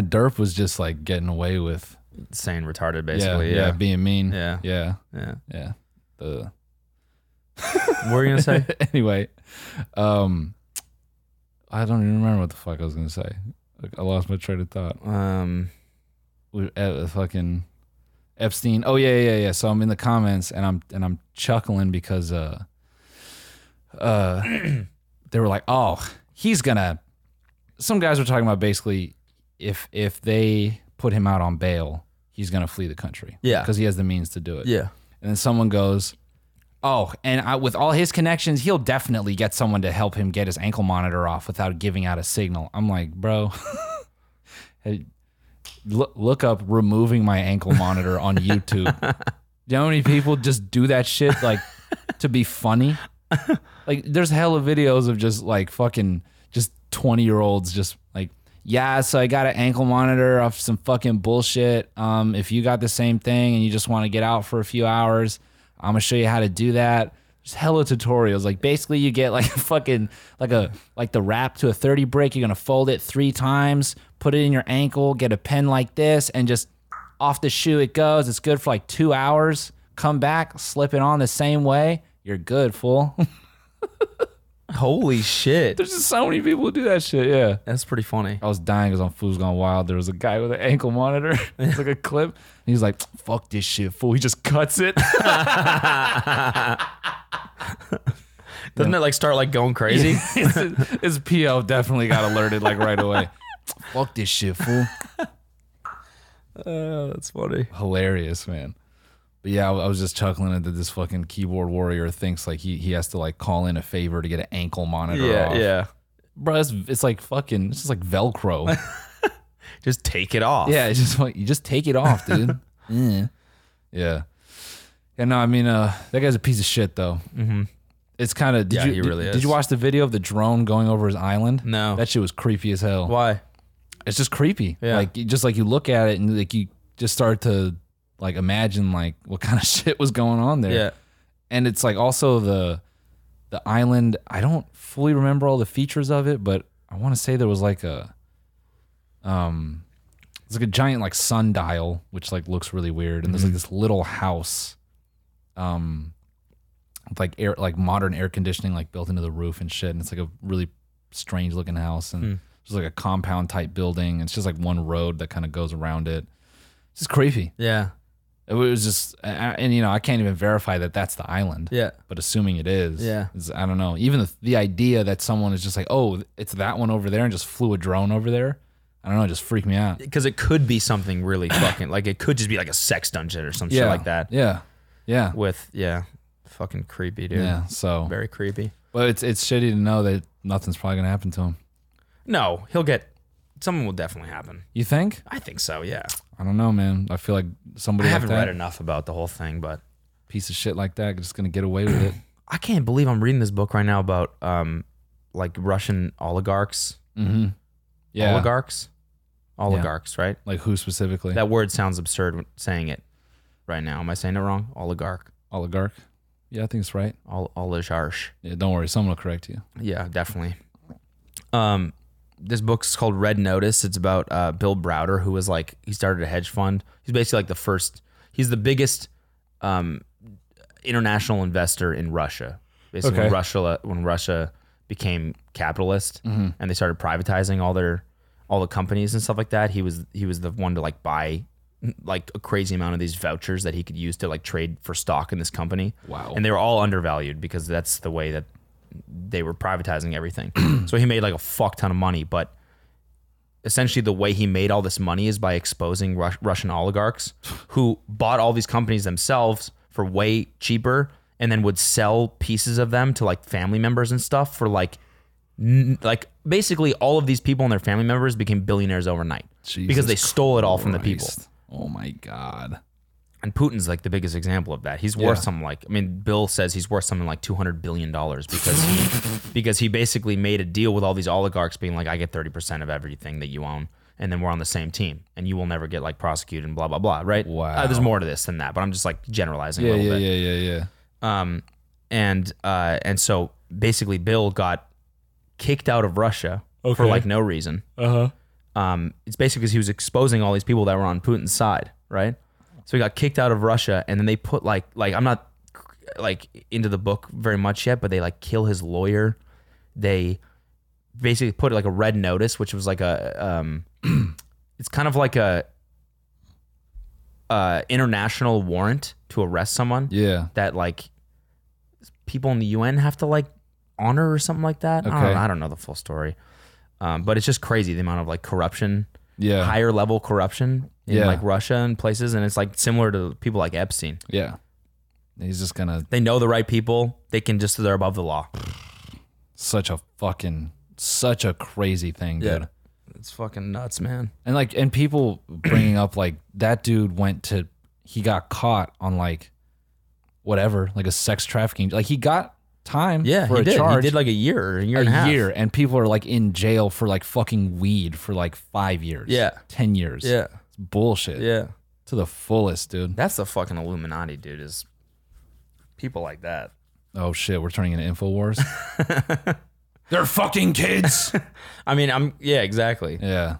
[SPEAKER 1] Derp was just like getting away with.
[SPEAKER 2] Saying retarded
[SPEAKER 1] Yeah,
[SPEAKER 2] basically.
[SPEAKER 1] yeah,
[SPEAKER 2] Yeah.
[SPEAKER 1] being mean.
[SPEAKER 2] Yeah.
[SPEAKER 1] yeah,
[SPEAKER 2] Yeah.
[SPEAKER 1] yeah. The
[SPEAKER 2] What were you gonna say?
[SPEAKER 1] anyway, um, I don't even remember what the fuck I was gonna say. Like, I lost my train of thought.
[SPEAKER 2] um.
[SPEAKER 1] We at the fucking Epstein. Oh yeah, yeah, yeah. So I'm in the comments and I'm and I'm chuckling because uh, uh, they were like, oh, he's gonna. Some guys were talking about basically if if they put him out on bail, he's gonna flee the country.
[SPEAKER 2] Yeah.
[SPEAKER 1] because he has the means to do it.
[SPEAKER 2] Yeah.
[SPEAKER 1] And then someone goes, Oh, and I, with all his connections, he'll definitely get someone to help him get his ankle monitor off without giving out a signal. I'm like, Bro, hey, look, look up removing my ankle monitor on YouTube. Do you know how many people just do that shit like to be funny? Like, there's hella videos of just like fucking just 20 year olds just like, yeah, so I got an ankle monitor off some fucking bullshit. Um, if you got the same thing and you just want to get out for a few hours, I'm gonna show you how to do that. There's hella tutorials. Like basically, you get like a fucking like a like the wrap to a 30 brick. You're gonna fold it three times, put it in your ankle, get a pen like this, and just off the shoe it goes. It's good for like two hours. Come back, slip it on the same way. You're good, fool.
[SPEAKER 2] Holy shit.
[SPEAKER 1] There's Oh, just so many people who do that shit. Yeah.
[SPEAKER 2] That's pretty funny.
[SPEAKER 1] I was dying because on Food's Gone Wild, there was a guy with an ankle monitor. it's like a clip. And he's like, fuck this shit, fool. He just cuts it.
[SPEAKER 2] Doesn't it like start like going crazy?
[SPEAKER 1] his, his PL definitely got alerted like right away. fuck this shit, fool.
[SPEAKER 2] Oh, that's funny.
[SPEAKER 1] Hilarious, man. But yeah, I, I was just chuckling at that this fucking keyboard warrior thinks like he, he has to like call in a favor to get an ankle monitor
[SPEAKER 2] Yeah,
[SPEAKER 1] off.
[SPEAKER 2] yeah.
[SPEAKER 1] Bro, it's, it's like fucking, it's just like Velcro.
[SPEAKER 2] Just take it off.
[SPEAKER 1] Yeah, it's just like you just take it off, dude. yeah. yeah. Yeah, no, I mean, uh, that guy's a piece of shit, though. Mm-hmm. It's kind of. Did
[SPEAKER 2] Yeah,
[SPEAKER 1] you
[SPEAKER 2] he
[SPEAKER 1] did-
[SPEAKER 2] really
[SPEAKER 1] did,
[SPEAKER 2] is.
[SPEAKER 1] you watch the video of the drone going over his island?
[SPEAKER 2] No.
[SPEAKER 1] that shit was creepy as hell.
[SPEAKER 2] Why?
[SPEAKER 1] It's just creepy.
[SPEAKER 2] Yeah.
[SPEAKER 1] Like you- just like you look at it and like you just start to like imagine like what kind of shit was going on there.
[SPEAKER 2] Yeah.
[SPEAKER 1] and it's like also the the island. I don't fully remember all the features of it, but I want to say there was like a um, it's like a giant like sundial, which like looks really weird, and there's like this little house, um, with, like air like modern air conditioning like built into the roof and shit, and it's like a really strange looking house, and there's like a compound type building. It's just like one road that kind of goes around it. It's just creepy.
[SPEAKER 2] Yeah.
[SPEAKER 1] It was just, I- I- and you know, I can't even verify that that's the island
[SPEAKER 2] Yeah.
[SPEAKER 1] but assuming it is,
[SPEAKER 2] Yeah.
[SPEAKER 1] is- I don't know. Even the, the idea that someone is just like, oh, it's that one over there, and just flew a drone over there, I don't know, it just freaked me out.
[SPEAKER 2] Because it could be something really fucking like it could just be like a sex dungeon or some shit like that.
[SPEAKER 1] Yeah, yeah,
[SPEAKER 2] With yeah, fucking creepy dude.
[SPEAKER 1] yeah. So,
[SPEAKER 2] Very creepy.
[SPEAKER 1] but it's it's shitty to know that nothing's probably gonna happen to him.
[SPEAKER 2] No, he'll get. Something will definitely happen.
[SPEAKER 1] You think?
[SPEAKER 2] I think so. Yeah.
[SPEAKER 1] I don't know, man. I feel like
[SPEAKER 2] I
[SPEAKER 1] somebody like
[SPEAKER 2] haven't
[SPEAKER 1] that,
[SPEAKER 2] read enough about the whole thing, but
[SPEAKER 1] piece of shit like that, just gonna get away with it.
[SPEAKER 2] I can't believe I'm reading this book right now about um like Russian oligarchs
[SPEAKER 1] Mm-hmm. Yeah.
[SPEAKER 2] Oligarchs? Oligarchs, right?
[SPEAKER 1] Like who specifically?
[SPEAKER 2] That word sounds absurd when saying it right now. Am I saying it wrong? Oligarch.
[SPEAKER 1] Oligarch. Yeah, I think it's right.
[SPEAKER 2] Ol- oligarch.
[SPEAKER 1] Yeah, don't worry, someone will correct you.
[SPEAKER 2] Yeah, definitely. Um, this book's called Red Notice. It's about uh, Bill Browder, who was like he started a hedge fund. He's basically like the first. He's the biggest um, international investor in Russia. Basically,
[SPEAKER 1] Okay.
[SPEAKER 2] when Russia when Russia became capitalist
[SPEAKER 1] Mm-hmm.
[SPEAKER 2] and they started privatizing all their all the companies and stuff like that, he was he was the one to like buy like a crazy amount of these vouchers that he could use to like trade for stock in this company.
[SPEAKER 1] Wow.
[SPEAKER 2] And they were all undervalued because that's the way that they were privatizing everything. so he made like a fuck ton of money, but essentially the way he made all this money is by exposing Rus- Russian oligarchs who bought all these companies themselves for way cheaper and then would sell pieces of them to like family members and stuff for like n- like basically all of these people and their family members became billionaires overnight because
[SPEAKER 1] Jesus
[SPEAKER 2] they stole it all from the people.
[SPEAKER 1] Christ. Oh my god.
[SPEAKER 2] And Putin's like the biggest example of that. He's worth
[SPEAKER 1] Yeah.
[SPEAKER 2] something like I mean, Bill says he's worth something like two hundred billion dollars because he because he basically made a deal with all these oligarchs, being like, I get thirty percent of everything that you own, and then we're on the same team, and you will never get like prosecuted and blah blah blah, right?
[SPEAKER 1] Wow.
[SPEAKER 2] Uh, there's more to this than that, but I'm just like generalizing a
[SPEAKER 1] Yeah, yeah,
[SPEAKER 2] little bit.
[SPEAKER 1] yeah, yeah, yeah.
[SPEAKER 2] Um, and uh, and so basically, Bill got kicked out of Russia for
[SPEAKER 1] Okay.
[SPEAKER 2] like no reason.
[SPEAKER 1] Uh-huh.
[SPEAKER 2] Um, it's basically because he was exposing all these people that were on Putin's side, right? So he got kicked out of Russia, and then they put like like I'm not like into the book very much yet, but they like kill his lawyer. They basically put like a red notice, which was like a um, it's kind of like a uh international warrant to arrest someone
[SPEAKER 1] Yeah.
[SPEAKER 2] that like people in the UN have to like honor or something like that. I,
[SPEAKER 1] Okay.
[SPEAKER 2] don't, I don't know the full story, um, but it's just crazy the amount of like corruption,
[SPEAKER 1] Yeah.
[SPEAKER 2] higher level corruption in
[SPEAKER 1] Yeah.
[SPEAKER 2] like Russia and places, and it's like similar to people like Epstein.
[SPEAKER 1] Yeah. He's just gonna
[SPEAKER 2] They know the right people. They can just they're above the law.
[SPEAKER 1] such a fucking such a crazy thing, dude.
[SPEAKER 2] it's fucking nuts, man.
[SPEAKER 1] And like, and people bringing up like that dude went to, he got caught on like, whatever, like a sex trafficking. Like he got time.
[SPEAKER 2] Yeah,
[SPEAKER 1] for
[SPEAKER 2] he
[SPEAKER 1] a
[SPEAKER 2] did.
[SPEAKER 1] charge.
[SPEAKER 2] He did like a year, a year and a
[SPEAKER 1] a
[SPEAKER 2] half.
[SPEAKER 1] year, and people are like in jail for like fucking weed for like five years.
[SPEAKER 2] Yeah.
[SPEAKER 1] ten years.
[SPEAKER 2] Yeah,
[SPEAKER 1] it's bullshit.
[SPEAKER 2] yeah.
[SPEAKER 1] to the fullest, dude.
[SPEAKER 2] That's the fucking Illuminati, dude. Is people like that.
[SPEAKER 1] Oh shit, we're turning into Infowars. They're fucking kids.
[SPEAKER 2] I mean, I'm yeah, exactly.
[SPEAKER 1] yeah,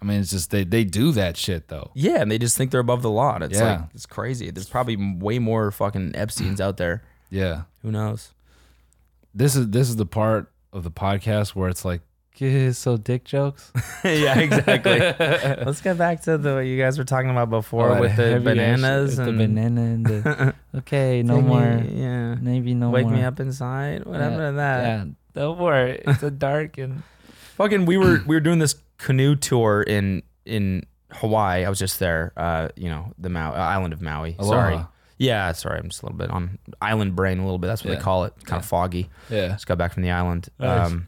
[SPEAKER 1] I mean, it's just they they do that shit though.
[SPEAKER 2] Yeah, and they just think they're above the law. And it's
[SPEAKER 1] Yeah.
[SPEAKER 2] like it's crazy. There's probably m- way more fucking Epstein's out there.
[SPEAKER 1] Yeah.
[SPEAKER 2] Who knows?
[SPEAKER 1] this is this is the part of the podcast where it's like "Kids, so dick jokes
[SPEAKER 2] yeah, exactly. Let's get back to the what you guys were talking about before
[SPEAKER 1] All
[SPEAKER 2] with
[SPEAKER 1] that
[SPEAKER 2] the
[SPEAKER 1] Oh, heavy ass
[SPEAKER 2] bananas
[SPEAKER 1] shit,
[SPEAKER 2] and
[SPEAKER 1] the banana and the okay no
[SPEAKER 2] Thingy,
[SPEAKER 1] more
[SPEAKER 2] Yeah,
[SPEAKER 1] maybe no
[SPEAKER 2] wake
[SPEAKER 1] more
[SPEAKER 2] me up inside. What happened to that?
[SPEAKER 1] yeah don't worry it's a dark and
[SPEAKER 2] Fucking, we were we were doing this canoe tour in in Hawaii. I was just there. Uh, you know, the Mau- uh, island of Maui.
[SPEAKER 1] Aloha.
[SPEAKER 2] Sorry. Yeah, sorry. I'm just a little bit on island brain. A little bit. That's what
[SPEAKER 1] Yeah.
[SPEAKER 2] they call it. Kind of foggy.
[SPEAKER 1] yeah
[SPEAKER 2] Just got back from the island. Um,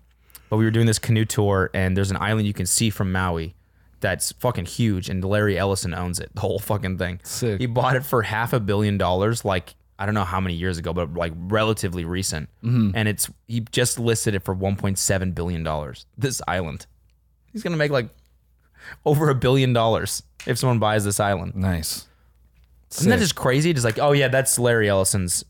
[SPEAKER 2] but we were doing this canoe tour, and there's an island you can see from Maui that's fucking huge, and Larry Ellison owns it, the whole fucking thing.
[SPEAKER 1] Sick.
[SPEAKER 2] He bought it for half a billion dollars, like I don't know how many years ago, but like relatively recent.
[SPEAKER 1] Mm-hmm.
[SPEAKER 2] And it's he just listed it for 1.7 billion dollars. This island, he's gonna make like over a billion dollars if someone buys this island.
[SPEAKER 1] nice
[SPEAKER 2] Isn't that
[SPEAKER 1] Sick.
[SPEAKER 2] just crazy? Just like, oh yeah, that's Larry Ellison's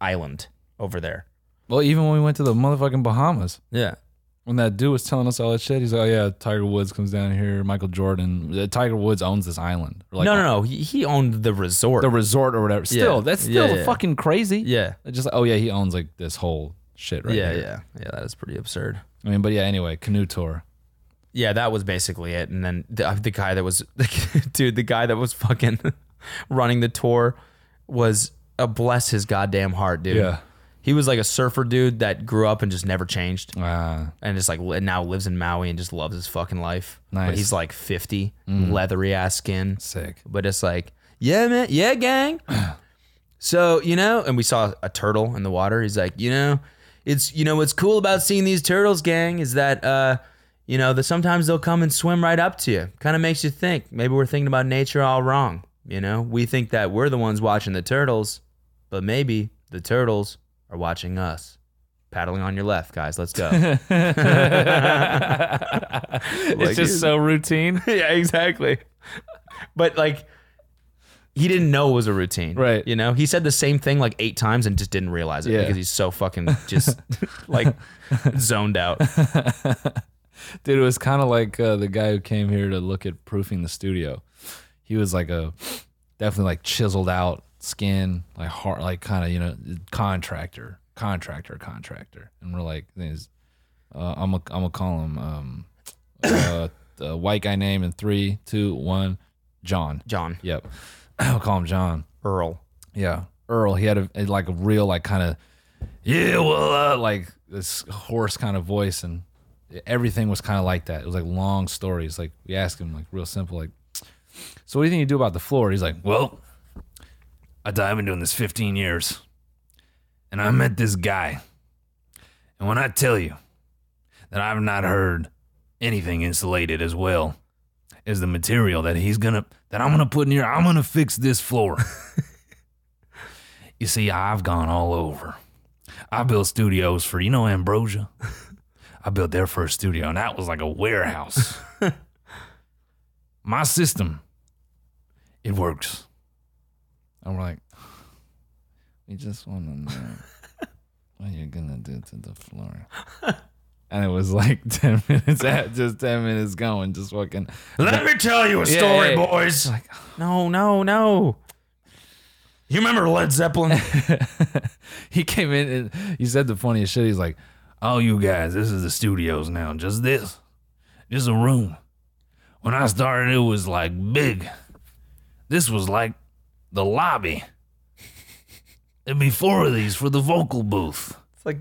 [SPEAKER 2] island over there.
[SPEAKER 1] well even when we went to the motherfucking Bahamas
[SPEAKER 2] Yeah.
[SPEAKER 1] when that dude was telling us all that shit he's like oh yeah Tiger Woods comes down here Michael Jordan Uh, Tiger Woods owns this island or like
[SPEAKER 2] no, no, no. He, he owned the resort.
[SPEAKER 1] the resort or whatever still
[SPEAKER 2] Yeah.
[SPEAKER 1] that's still
[SPEAKER 2] Yeah, yeah.
[SPEAKER 1] fucking crazy
[SPEAKER 2] yeah.
[SPEAKER 1] It's just like, oh yeah he owns like this whole shit right
[SPEAKER 2] yeah,
[SPEAKER 1] here.
[SPEAKER 2] yeah. Yeah, that is pretty absurd.
[SPEAKER 1] I mean but yeah anyway canoe tour
[SPEAKER 2] Yeah, that was basically it. And then the, uh, the guy that was, dude, the guy that was fucking running the tour was, uh, bless his goddamn heart, dude.
[SPEAKER 1] Yeah.
[SPEAKER 2] He was like a surfer dude that grew up and just never changed.
[SPEAKER 1] ah
[SPEAKER 2] and just like li- now lives in Maui and just loves his fucking life. But
[SPEAKER 1] Nice. Mm-hmm.
[SPEAKER 2] he's like 50, leathery ass skin.
[SPEAKER 1] Sick.
[SPEAKER 2] But it's like, yeah, man, yeah, gang. so, you know, and we saw a turtle in the water. He's like, you know, it's, you know, what's cool about seeing these turtles, gang, is that, uh, you know, that sometimes they'll come and swim right up to you. Kind of makes you think maybe we're thinking about nature all wrong. You know, we think that we're the ones watching the turtles, but maybe the turtles are watching us. paddling on your left, guys. Let's go. Like,
[SPEAKER 4] it's just so routine.
[SPEAKER 2] yeah, exactly. But like, he didn't know it was a routine,
[SPEAKER 1] Right.
[SPEAKER 2] You know, he said the same thing like eight times and just didn't realize it
[SPEAKER 1] Yeah.
[SPEAKER 2] because he's so fucking just like zoned out.
[SPEAKER 1] Dude, it was kind of like uh, the guy who came here to look at proofing the studio. He was like a definitely like chiseled out skin, like hard, like kind of you know contractor, contractor, contractor. And we're like, things. Uh, I'm gonna I'm gonna call him um, uh, the white guy name in three, two, one, John.
[SPEAKER 2] John
[SPEAKER 1] Yep, I'll call him John.
[SPEAKER 2] Earl.
[SPEAKER 1] Yeah, Earl. He had a, a- like a real like kind of yeah, well, uh, like this hoarse kind of voice, and everything was kind of like that. It was like long stories. Like we asked him like real simple, like, so what do you think you do about the floor? He's like, well, I I've been doing this 15 years, and I met this guy, and when I tell you that I've not heard anything insulated as well as the material that he's gonna that I'm gonna put in here, I'm gonna fix this floor. You see, I've gone all over. I built studios for, you know, Ambrosia? I built their first studio, and that was like a warehouse. My system, it works. And we're like, we just want to know what you're going to do to the floor. And it was like 10 minutes, at, just 10 minutes going, just fucking.
[SPEAKER 2] Let me tell you a
[SPEAKER 1] Yeah,
[SPEAKER 2] story,
[SPEAKER 1] yeah, yeah.
[SPEAKER 2] boys. no, no, no. You remember Led Zeppelin?
[SPEAKER 1] he came in and he said the funniest shit. He's like, "Oh, you guys, this is the studios now. Just this, just a room. When I started, it was like big. This was like the lobby. It'd be four of these for the vocal booth."
[SPEAKER 2] it's like,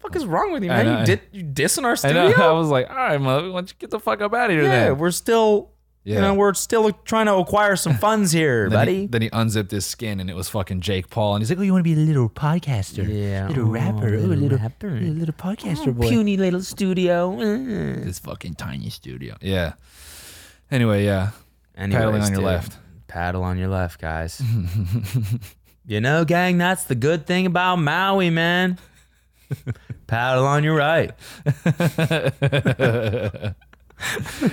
[SPEAKER 2] fuck is wrong with you,
[SPEAKER 1] I
[SPEAKER 2] man?
[SPEAKER 1] know.
[SPEAKER 2] You did you dissing our
[SPEAKER 1] And
[SPEAKER 2] studio?
[SPEAKER 1] I, I was like, "All right, mother, why don't you get the fuck up out of here?"
[SPEAKER 2] yeah,
[SPEAKER 1] then?"
[SPEAKER 2] we're still,
[SPEAKER 1] Yeah.
[SPEAKER 2] you know, we're still trying to acquire some funds here,
[SPEAKER 1] Then
[SPEAKER 2] buddy.
[SPEAKER 1] he, then he unzipped his skin and it was fucking Jake Paul. And he's like, Oh, you want to be a little podcaster?
[SPEAKER 2] Yeah.
[SPEAKER 1] Little
[SPEAKER 2] Oh,
[SPEAKER 1] rapper. Ooh,
[SPEAKER 2] little
[SPEAKER 1] little,
[SPEAKER 2] rapper.
[SPEAKER 1] ooh, little podcaster boy.
[SPEAKER 2] puny little studio.
[SPEAKER 1] This fucking tiny studio. Yeah. Anyway, yeah.
[SPEAKER 2] Anyways,
[SPEAKER 1] Paddling on your
[SPEAKER 2] dude.
[SPEAKER 1] left.
[SPEAKER 2] Paddle on your left, guys. you know, gang, that's the good thing about Maui, man. Paddle on your right.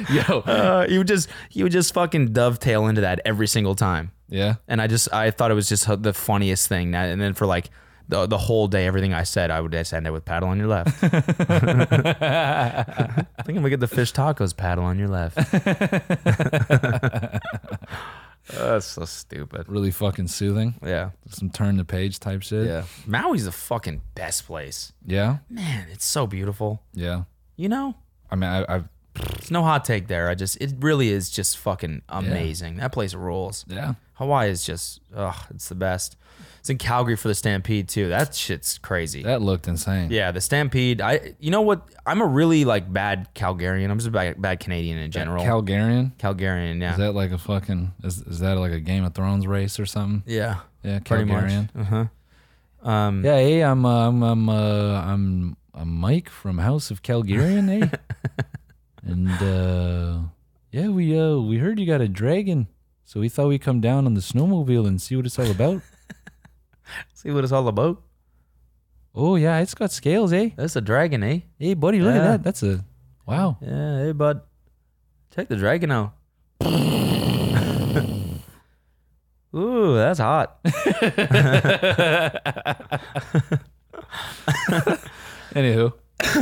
[SPEAKER 1] Yo.
[SPEAKER 2] Uh, you would just you would just fucking dovetail into that every single time,
[SPEAKER 1] Yeah.
[SPEAKER 2] and I just I thought it was just the funniest thing. That, and then for like the, the whole day, everything I said, I would just end it with paddle on your left. I think I'm gonna get the fish tacos paddle on your left. that's so stupid.
[SPEAKER 1] Really fucking soothing.
[SPEAKER 2] Yeah.
[SPEAKER 1] Some turn the page type shit.
[SPEAKER 2] Maui's the fucking best place.
[SPEAKER 1] Yeah.
[SPEAKER 2] Man, it's so beautiful.
[SPEAKER 1] Yeah.
[SPEAKER 2] You know?
[SPEAKER 1] I mean, I, I've,
[SPEAKER 2] It's no hot take there. I just it really is just fucking amazing. That place rules.
[SPEAKER 1] yeah.
[SPEAKER 2] Hawaii is just ugh, it's the best. It's in Calgary for the Stampede too. That shit's crazy.
[SPEAKER 1] That looked insane.
[SPEAKER 2] yeah, the Stampede. I you know what? I'm a really like bad Calgarian. I'm just a bad, bad Canadian in general.
[SPEAKER 1] Calgarian.
[SPEAKER 2] Calgarian, yeah.
[SPEAKER 1] Is that like a fucking, is, is that like a Game of Thrones race or something?
[SPEAKER 2] yeah.
[SPEAKER 1] Yeah.
[SPEAKER 2] Pretty
[SPEAKER 1] Calgarian.
[SPEAKER 2] much. Uh-huh. Um
[SPEAKER 1] Yeah. Hey, I'm, uh, I'm, I'm, uh, I'm, I'm Mike from House of Calgarian. Hey. and, uh, yeah, we, uh, we heard you got a dragon. So we thought we'd come down on the snowmobile and see what it's all about.
[SPEAKER 2] see what it's all about.
[SPEAKER 1] oh, yeah. It's got scales, eh?
[SPEAKER 2] That's a dragon, eh?
[SPEAKER 1] Hey, buddy, look at
[SPEAKER 2] Yeah.
[SPEAKER 1] that. That's a, wow.
[SPEAKER 2] Yeah, hey bud. Take the dragon out. Ooh, that's hot.
[SPEAKER 1] Anywho.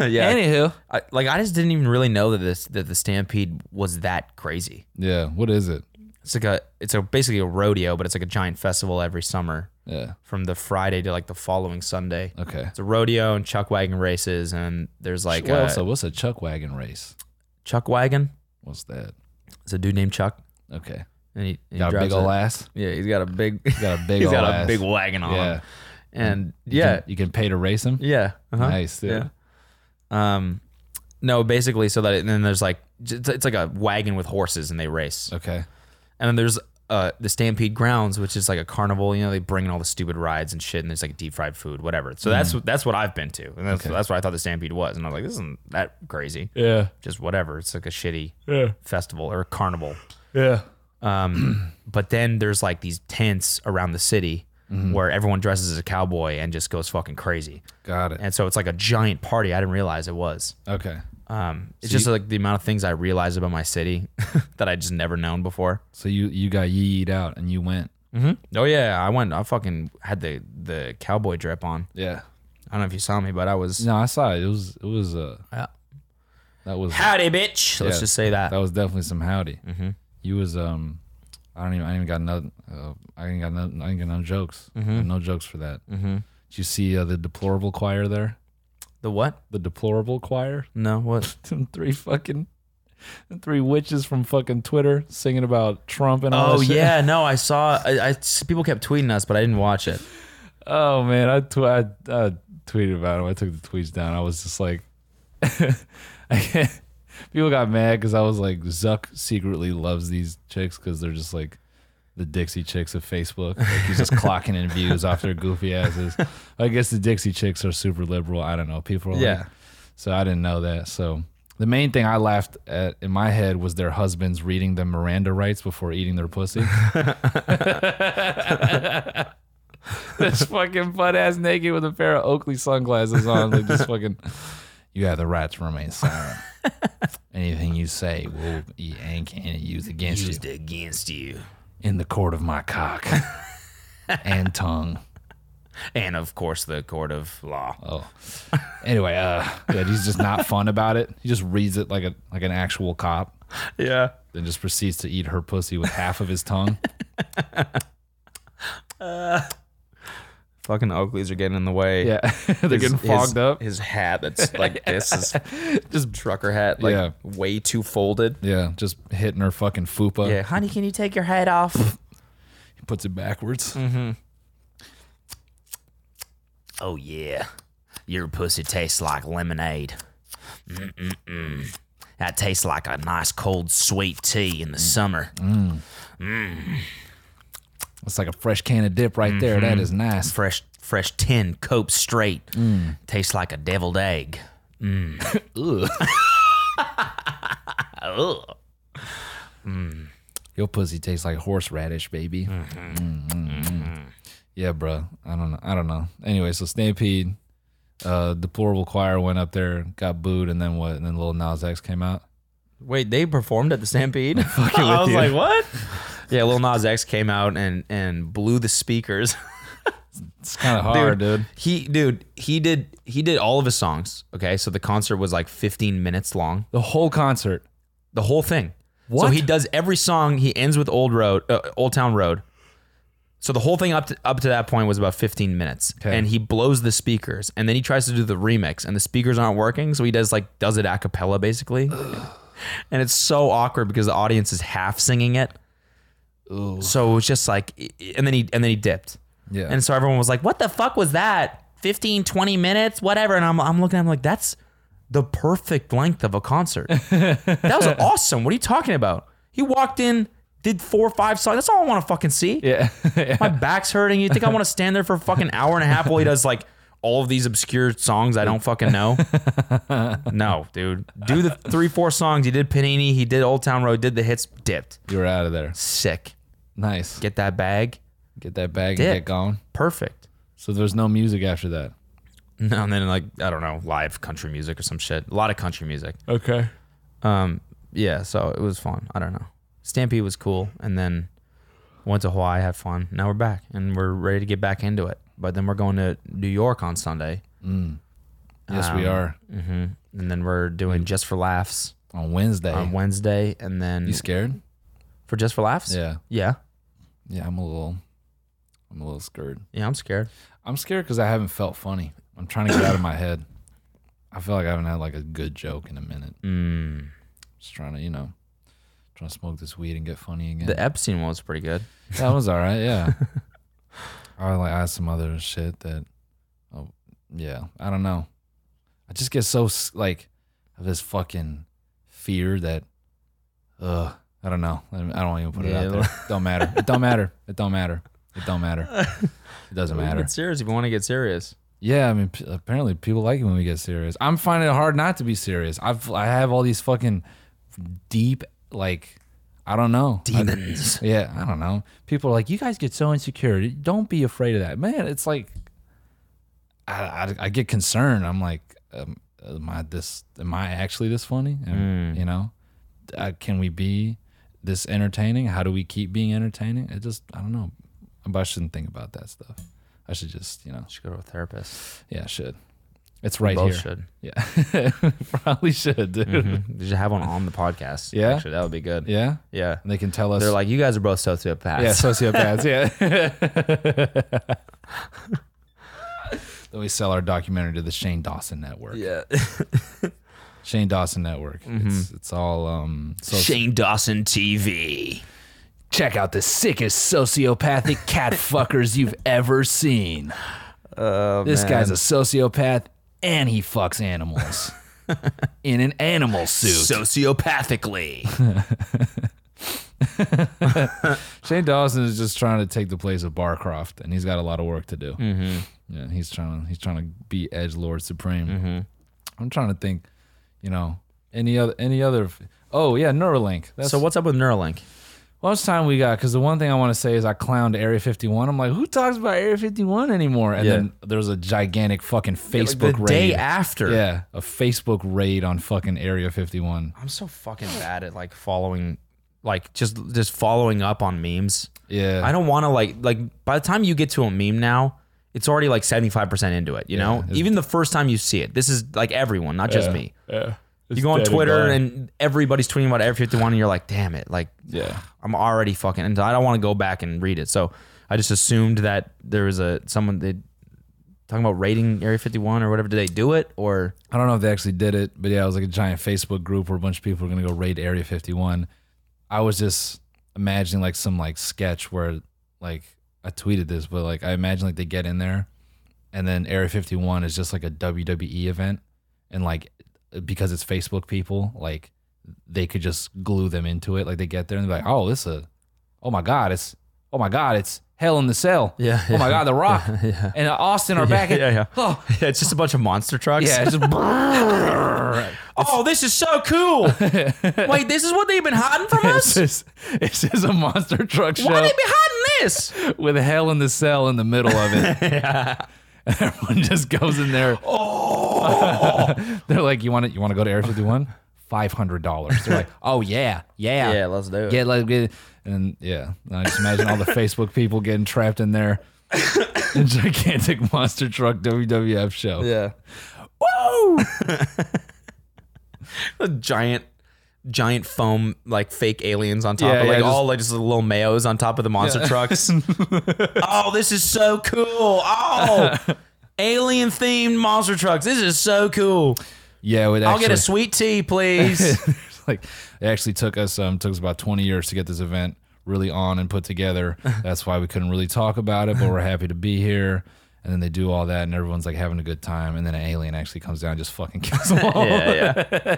[SPEAKER 2] yeah.
[SPEAKER 1] Anywho.
[SPEAKER 2] I, like I just didn't even really know that this that the stampede was that crazy.
[SPEAKER 1] Yeah. What is it?
[SPEAKER 2] It's like a it's a basically a rodeo, but it's like a giant festival every summer
[SPEAKER 1] Yeah.
[SPEAKER 2] from the Friday to like the following Sunday.
[SPEAKER 1] Okay.
[SPEAKER 2] It's a rodeo and chuck wagon races, and there's like
[SPEAKER 1] Well,
[SPEAKER 2] a
[SPEAKER 1] so what's a chuck wagon race?
[SPEAKER 2] chuck wagon.
[SPEAKER 1] What's that?
[SPEAKER 2] It's a dude named Chuck,
[SPEAKER 1] Okay.
[SPEAKER 2] and he, and he
[SPEAKER 1] Got a
[SPEAKER 2] drives
[SPEAKER 1] big ol'
[SPEAKER 2] a-
[SPEAKER 1] ass.
[SPEAKER 2] Yeah, he's got a big he's
[SPEAKER 1] Got a big ol'
[SPEAKER 2] got
[SPEAKER 1] ass.
[SPEAKER 2] a big wagon on
[SPEAKER 1] Yeah.
[SPEAKER 2] him, and
[SPEAKER 1] You
[SPEAKER 2] yeah,
[SPEAKER 1] can- You can, pay to race him.
[SPEAKER 2] yeah, uh-huh.
[SPEAKER 1] Nice. Dude.
[SPEAKER 2] Yeah. Um, no, basically, so that and then there's like it's it's like a wagon with horses, and they race.
[SPEAKER 1] Okay.
[SPEAKER 2] And then there's uh, the Stampede Grounds, which is like a carnival. You know, they bring in all the stupid rides and shit, and there's like deep fried food, whatever. So
[SPEAKER 1] Mm.
[SPEAKER 2] that's that's what I've been to, and that's that's what I thought the Stampede was. And I was like, this isn't that crazy.
[SPEAKER 1] Yeah.
[SPEAKER 2] Just whatever. It's like a shitty
[SPEAKER 1] Yeah.
[SPEAKER 2] festival or carnival.
[SPEAKER 1] Yeah.
[SPEAKER 2] Um, but then there's like these tents around the city,
[SPEAKER 1] Mm-hmm.
[SPEAKER 2] where everyone dresses as a cowboy and just goes fucking crazy.
[SPEAKER 5] Got it.
[SPEAKER 2] And so it's like a giant party. I didn't realize it was.
[SPEAKER 5] Okay.
[SPEAKER 2] Um, it's just like the amount of things I realized about my city that I just never known before.
[SPEAKER 5] So you you got yeeed out and you went.
[SPEAKER 2] Mm-hmm. Oh yeah, I went. I fucking had the the cowboy drip on.
[SPEAKER 5] Yeah.
[SPEAKER 2] I don't know if you saw me, but I was.
[SPEAKER 5] No, I saw it. It was it was uh
[SPEAKER 2] Yeah.
[SPEAKER 5] that was
[SPEAKER 2] Howdy, bitch. Let's
[SPEAKER 5] Yeah.
[SPEAKER 2] just say that.
[SPEAKER 5] that was definitely some howdy. Mm-hmm. You was um I don't even I ain't even got no uh, I ain't got no I ain't got no jokes. I have No jokes for that. Mm-hmm. Did you see uh, the deplorable choir there?
[SPEAKER 2] The what?
[SPEAKER 5] The deplorable choir.
[SPEAKER 2] No, what?
[SPEAKER 5] Them three fucking them three witches from fucking Twitter singing about Trump and all
[SPEAKER 2] Oh
[SPEAKER 5] that shit.
[SPEAKER 2] yeah, no, I saw. I, I people kept tweeting us, but I didn't watch it.
[SPEAKER 5] Oh man, I, tw- I, I tweeted about him. I took the tweets down. I was just like, I can't- people got mad because I was like, Zuck secretly loves these chicks because they're just like the Dixie chicks of Facebook. Like he's just clocking in views off their goofy asses. I guess the Dixie chicks are super liberal. I don't know. People are like,
[SPEAKER 2] Yeah.
[SPEAKER 5] so I didn't know that. So the main thing I laughed at in my head was their husbands reading them Miranda rights before eating their pussy. this fucking butt ass naked with a pair of Oakley sunglasses on, like just fucking. You have the right to remain silent. Anything you say will be and can used against you
[SPEAKER 2] against you,
[SPEAKER 5] in the court of my cock and tongue.
[SPEAKER 2] and of course the court of law.
[SPEAKER 5] Oh, anyway, uh, yeah, he's just not fun about it. He just reads it like a like an actual cop.
[SPEAKER 2] Yeah.
[SPEAKER 5] then just proceeds to eat her pussy with half of his tongue.
[SPEAKER 2] Fucking Oakleys are getting in the way.
[SPEAKER 5] Yeah, they're
[SPEAKER 2] His-
[SPEAKER 5] getting fogged
[SPEAKER 2] his-
[SPEAKER 5] up.
[SPEAKER 2] His hat that's like this is just trucker hat, like
[SPEAKER 5] Yeah.
[SPEAKER 2] way too folded.
[SPEAKER 5] Yeah, just hitting her fucking fupa.
[SPEAKER 2] Yeah, honey, can you take your hat off?
[SPEAKER 5] He puts it backwards.
[SPEAKER 2] oh yeah, your pussy tastes like lemonade. Mm-mm-mm. That tastes like a nice cold sweet tea in the summer.
[SPEAKER 5] It's like a fresh can of dip right there. That is nice.
[SPEAKER 2] Fresh, fresh tin Cope Straight tastes like a deviled egg. Mm.
[SPEAKER 5] Your pussy tastes like horseradish, baby. Mm, mm, mm. Yeah, bro. I don't know. I don't know. Anyway, so Stampede, uh, deplorable choir went up there, got booed, and then what? And then Lil Nas X came out.
[SPEAKER 2] Wait, they performed at the Stampede? I was like, what? Yeah, Lil Nas X came out and and blew the speakers.
[SPEAKER 5] It's kind of hard, dude.
[SPEAKER 2] He dude, he did he did all of his songs. Okay, so the concert was like 15 minutes long,
[SPEAKER 5] The whole concert.
[SPEAKER 2] the whole thing. So
[SPEAKER 5] What?
[SPEAKER 2] he does every song. He ends with Old Road, uh, Old Town Road. So the whole thing up to, up to that point was about 15 minutes,
[SPEAKER 5] Okay.
[SPEAKER 2] and he blows the speakers, and then he tries to do the remix, and the speakers aren't working, so he does like does it a cappella basically, and it's so awkward because the audience is half singing it. So it was just like, and then he and then he dipped.
[SPEAKER 5] Yeah.
[SPEAKER 2] And so everyone was like, what the fuck was that? 15, 20 minutes, whatever. And I'm, I'm looking at him like, that's the perfect length of a concert. that was awesome. What are you talking about? He walked in, did four or five songs. That's all I want to fucking see.
[SPEAKER 5] yeah.
[SPEAKER 2] My back's hurting. You think I want to stand there for a fucking hour and a half while he does like all of these obscure songs I don't fucking know? no, dude. Do the three, four songs. He did Panini, he did Old Town Road, did the hits, dipped.
[SPEAKER 5] you were out of there.
[SPEAKER 2] Sick.
[SPEAKER 5] Nice.
[SPEAKER 2] Get that bag.
[SPEAKER 5] Get that bag and
[SPEAKER 2] Dip.
[SPEAKER 5] get going.
[SPEAKER 2] Perfect.
[SPEAKER 5] So there's no music after that.
[SPEAKER 2] No, and then like I don't know, live country music or some shit. A lot of country music.
[SPEAKER 5] Okay.
[SPEAKER 2] Um, yeah, so it was fun. I don't know. Stampede was cool, and then went to Hawaii, had fun. Now we're back, and we're ready to get back into it. But then we're going to New York on Sunday,
[SPEAKER 5] Yes, we are
[SPEAKER 2] hmm and then we're doing Just for Laughs
[SPEAKER 5] on Wednesday.
[SPEAKER 2] on Wednesday, and then
[SPEAKER 5] you scared?
[SPEAKER 2] for Just for Laughs.
[SPEAKER 5] Yeah.
[SPEAKER 2] yeah,
[SPEAKER 5] Yeah, I'm a little. I'm a little scared.
[SPEAKER 2] yeah. I'm scared.
[SPEAKER 5] I'm scared because I haven't felt funny. I'm trying to get out of my head. I feel like I haven't had like a good joke in a minute.
[SPEAKER 2] Mm.
[SPEAKER 5] Just trying to, you know, trying to smoke this weed and get funny again.
[SPEAKER 2] The Epstein one was pretty good.
[SPEAKER 5] that was all right. Yeah. I like I had some other shit that. Oh yeah, I don't know. I just get so s- like of this fucking fear that. Ugh, I don't know. I don't I don't even put it out
[SPEAKER 2] Yeah.
[SPEAKER 5] there. Don't matter. It don't matter. It don't matter. It don't matter. It doesn't
[SPEAKER 2] We can
[SPEAKER 5] matter.
[SPEAKER 2] Get serious if you want to get serious.
[SPEAKER 5] Yeah, I mean, p- apparently people like it when we get serious. I'm finding it hard not to be serious. I've I have all these fucking deep like I don't know. I-
[SPEAKER 2] Demons.
[SPEAKER 5] yeah, I don't know. People are like, you guys get so insecure. Don't be afraid of that, man. It's like, I I, I get concerned. I'm like, um, am I this? Am I actually this funny? And, You know, uh, can we be this entertaining? How do we keep being entertaining? It just, I don't know. But I shouldn't think about that stuff. I should just, you know,
[SPEAKER 2] Should go to a therapist.
[SPEAKER 5] yeah, I should. It's right
[SPEAKER 2] Both
[SPEAKER 5] here.
[SPEAKER 2] should. Mm-hmm.
[SPEAKER 5] Yeah, probably should, dude.
[SPEAKER 2] You should have one on the podcast.
[SPEAKER 5] Yeah?
[SPEAKER 2] Actually, that would be good.
[SPEAKER 5] Yeah,
[SPEAKER 2] Yeah.
[SPEAKER 5] and they can tell us.
[SPEAKER 2] They're like, you guys are both sociopaths.
[SPEAKER 5] Yeah, sociopaths. yeah. then we sell our documentary to the Shane Dawson Network.
[SPEAKER 2] yeah. Mm-hmm.
[SPEAKER 5] Shane Dawson Network. It's it's all um. So
[SPEAKER 2] Shane Dawson TV.
[SPEAKER 5] check out the sickest sociopathic cat fuckers you've ever seen. this guy's a sociopath and he fucks animals in an animal suit.
[SPEAKER 2] Sociopathically.
[SPEAKER 5] Shane Dawson is just trying to take the place of Barcroft, and he's got a lot of work to do. Mm-hmm. Yeah, he's trying to he's trying to be Edge Lord Supreme. I'm trying to think, you know, any other any other. Oh yeah, Neuralink. That's
[SPEAKER 2] so what's up with Neuralink?
[SPEAKER 5] most time we got because the one thing I want to say is I clowned Area 51. I'm like, who talks about Area 51 anymore? And
[SPEAKER 2] Yeah.
[SPEAKER 5] then there was a gigantic fucking Facebook
[SPEAKER 2] the day
[SPEAKER 5] raid.
[SPEAKER 2] after.
[SPEAKER 5] yeah, a Facebook raid on fucking Area 51.
[SPEAKER 2] I'm so fucking bad at like following, like just just following up on memes.
[SPEAKER 5] Yeah,
[SPEAKER 2] I don't want to like like by the time you get to a meme now, it's already like 75% into it, you know?
[SPEAKER 5] it's-
[SPEAKER 2] Even the first time you see it. This is like everyone, not just me.
[SPEAKER 5] Yeah.
[SPEAKER 2] You go on Twitter and everybody's tweeting about Air 51 and you're like, "Damn it." Like
[SPEAKER 5] yeah,
[SPEAKER 2] I'm already fucking and I don't want to go back and read it. So I just assumed that there was a someone that talking about raiding Area 51 or whatever. Did they do it or
[SPEAKER 5] I don't know if they actually did it, but yeah, it was like a giant Facebook group where a bunch of people were gonna go raid Area 51. I was just imagining like some like sketch where like I tweeted this, but like I imagine like they get in there, and then Area 51 is just like a WWE event, and like because it's Facebook people, like they could just glue them into it. Like they get there and they're like, oh, this a, oh my god, it's oh my god, it's Hell in the Cell.
[SPEAKER 2] Yeah,
[SPEAKER 5] Oh my
[SPEAKER 2] yeah,
[SPEAKER 5] god, The Rock
[SPEAKER 2] yeah.
[SPEAKER 5] and Austin are back. at-
[SPEAKER 2] yeah, yeah.
[SPEAKER 5] Oh,
[SPEAKER 2] yeah, it's just a bunch of monster trucks.
[SPEAKER 5] yeah, it's just.
[SPEAKER 2] oh, this is so cool. Wait, this is what they've been hiding from
[SPEAKER 5] It's
[SPEAKER 2] us?
[SPEAKER 5] just, it's just a monster truck show
[SPEAKER 2] Why they be hiding this?
[SPEAKER 5] with hell in the cell in the middle of it. And everyone just goes in there.
[SPEAKER 2] Oh.
[SPEAKER 5] They're like, "You want to? You want to go to Area 51? Five hundred dollars." They're like, "Oh yeah, yeah,
[SPEAKER 2] Yeah, let's do it.
[SPEAKER 5] Get let get." And yeah, And I just imagine all the Facebook people getting trapped in there. A gigantic monster truck WWF show.
[SPEAKER 2] Yeah. Woo! giant, giant foam like fake aliens on top
[SPEAKER 5] Yeah,
[SPEAKER 2] of like
[SPEAKER 5] yeah,
[SPEAKER 2] all like just little mayos on top of the monster trucks. oh, this is so cool! Oh, alien themed monster trucks. This is so cool.
[SPEAKER 5] yeah. It would
[SPEAKER 2] I'll get a
[SPEAKER 5] actually-
[SPEAKER 2] sweet tea, please.
[SPEAKER 5] It's like it actually took us um took us about 20 years to get this event really on and put together that's why we couldn't really talk about it but we're happy to be here and then they do all that and everyone's like having a good time and then an alien actually comes down and just fucking kills them all
[SPEAKER 2] yeah, yeah.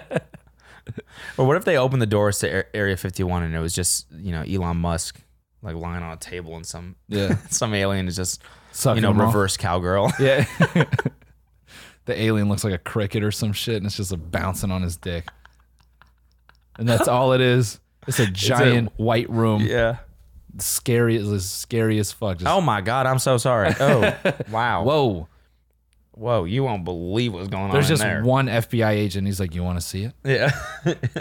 [SPEAKER 2] or what if they opened the doors to Ar- Area 51 and it was just you know Elon Musk like lying on a table and some
[SPEAKER 5] yeah
[SPEAKER 2] some alien is just
[SPEAKER 5] Sucking
[SPEAKER 2] you know
[SPEAKER 5] them off.
[SPEAKER 2] reverse cowgirl.
[SPEAKER 5] yeah the alien looks like a cricket or some shit and it's just a bouncing on his dick and that's all it is it's a giant white room
[SPEAKER 2] Yeah.
[SPEAKER 5] scary it's scary as fuck just,
[SPEAKER 2] Oh my God, I'm so sorry. Oh, wow. Whoa,
[SPEAKER 5] whoa
[SPEAKER 2] whoa, you won't believe what's going on
[SPEAKER 5] there's
[SPEAKER 2] in
[SPEAKER 5] just
[SPEAKER 2] there.
[SPEAKER 5] one fbi agent he's like you want to see it
[SPEAKER 2] Yeah.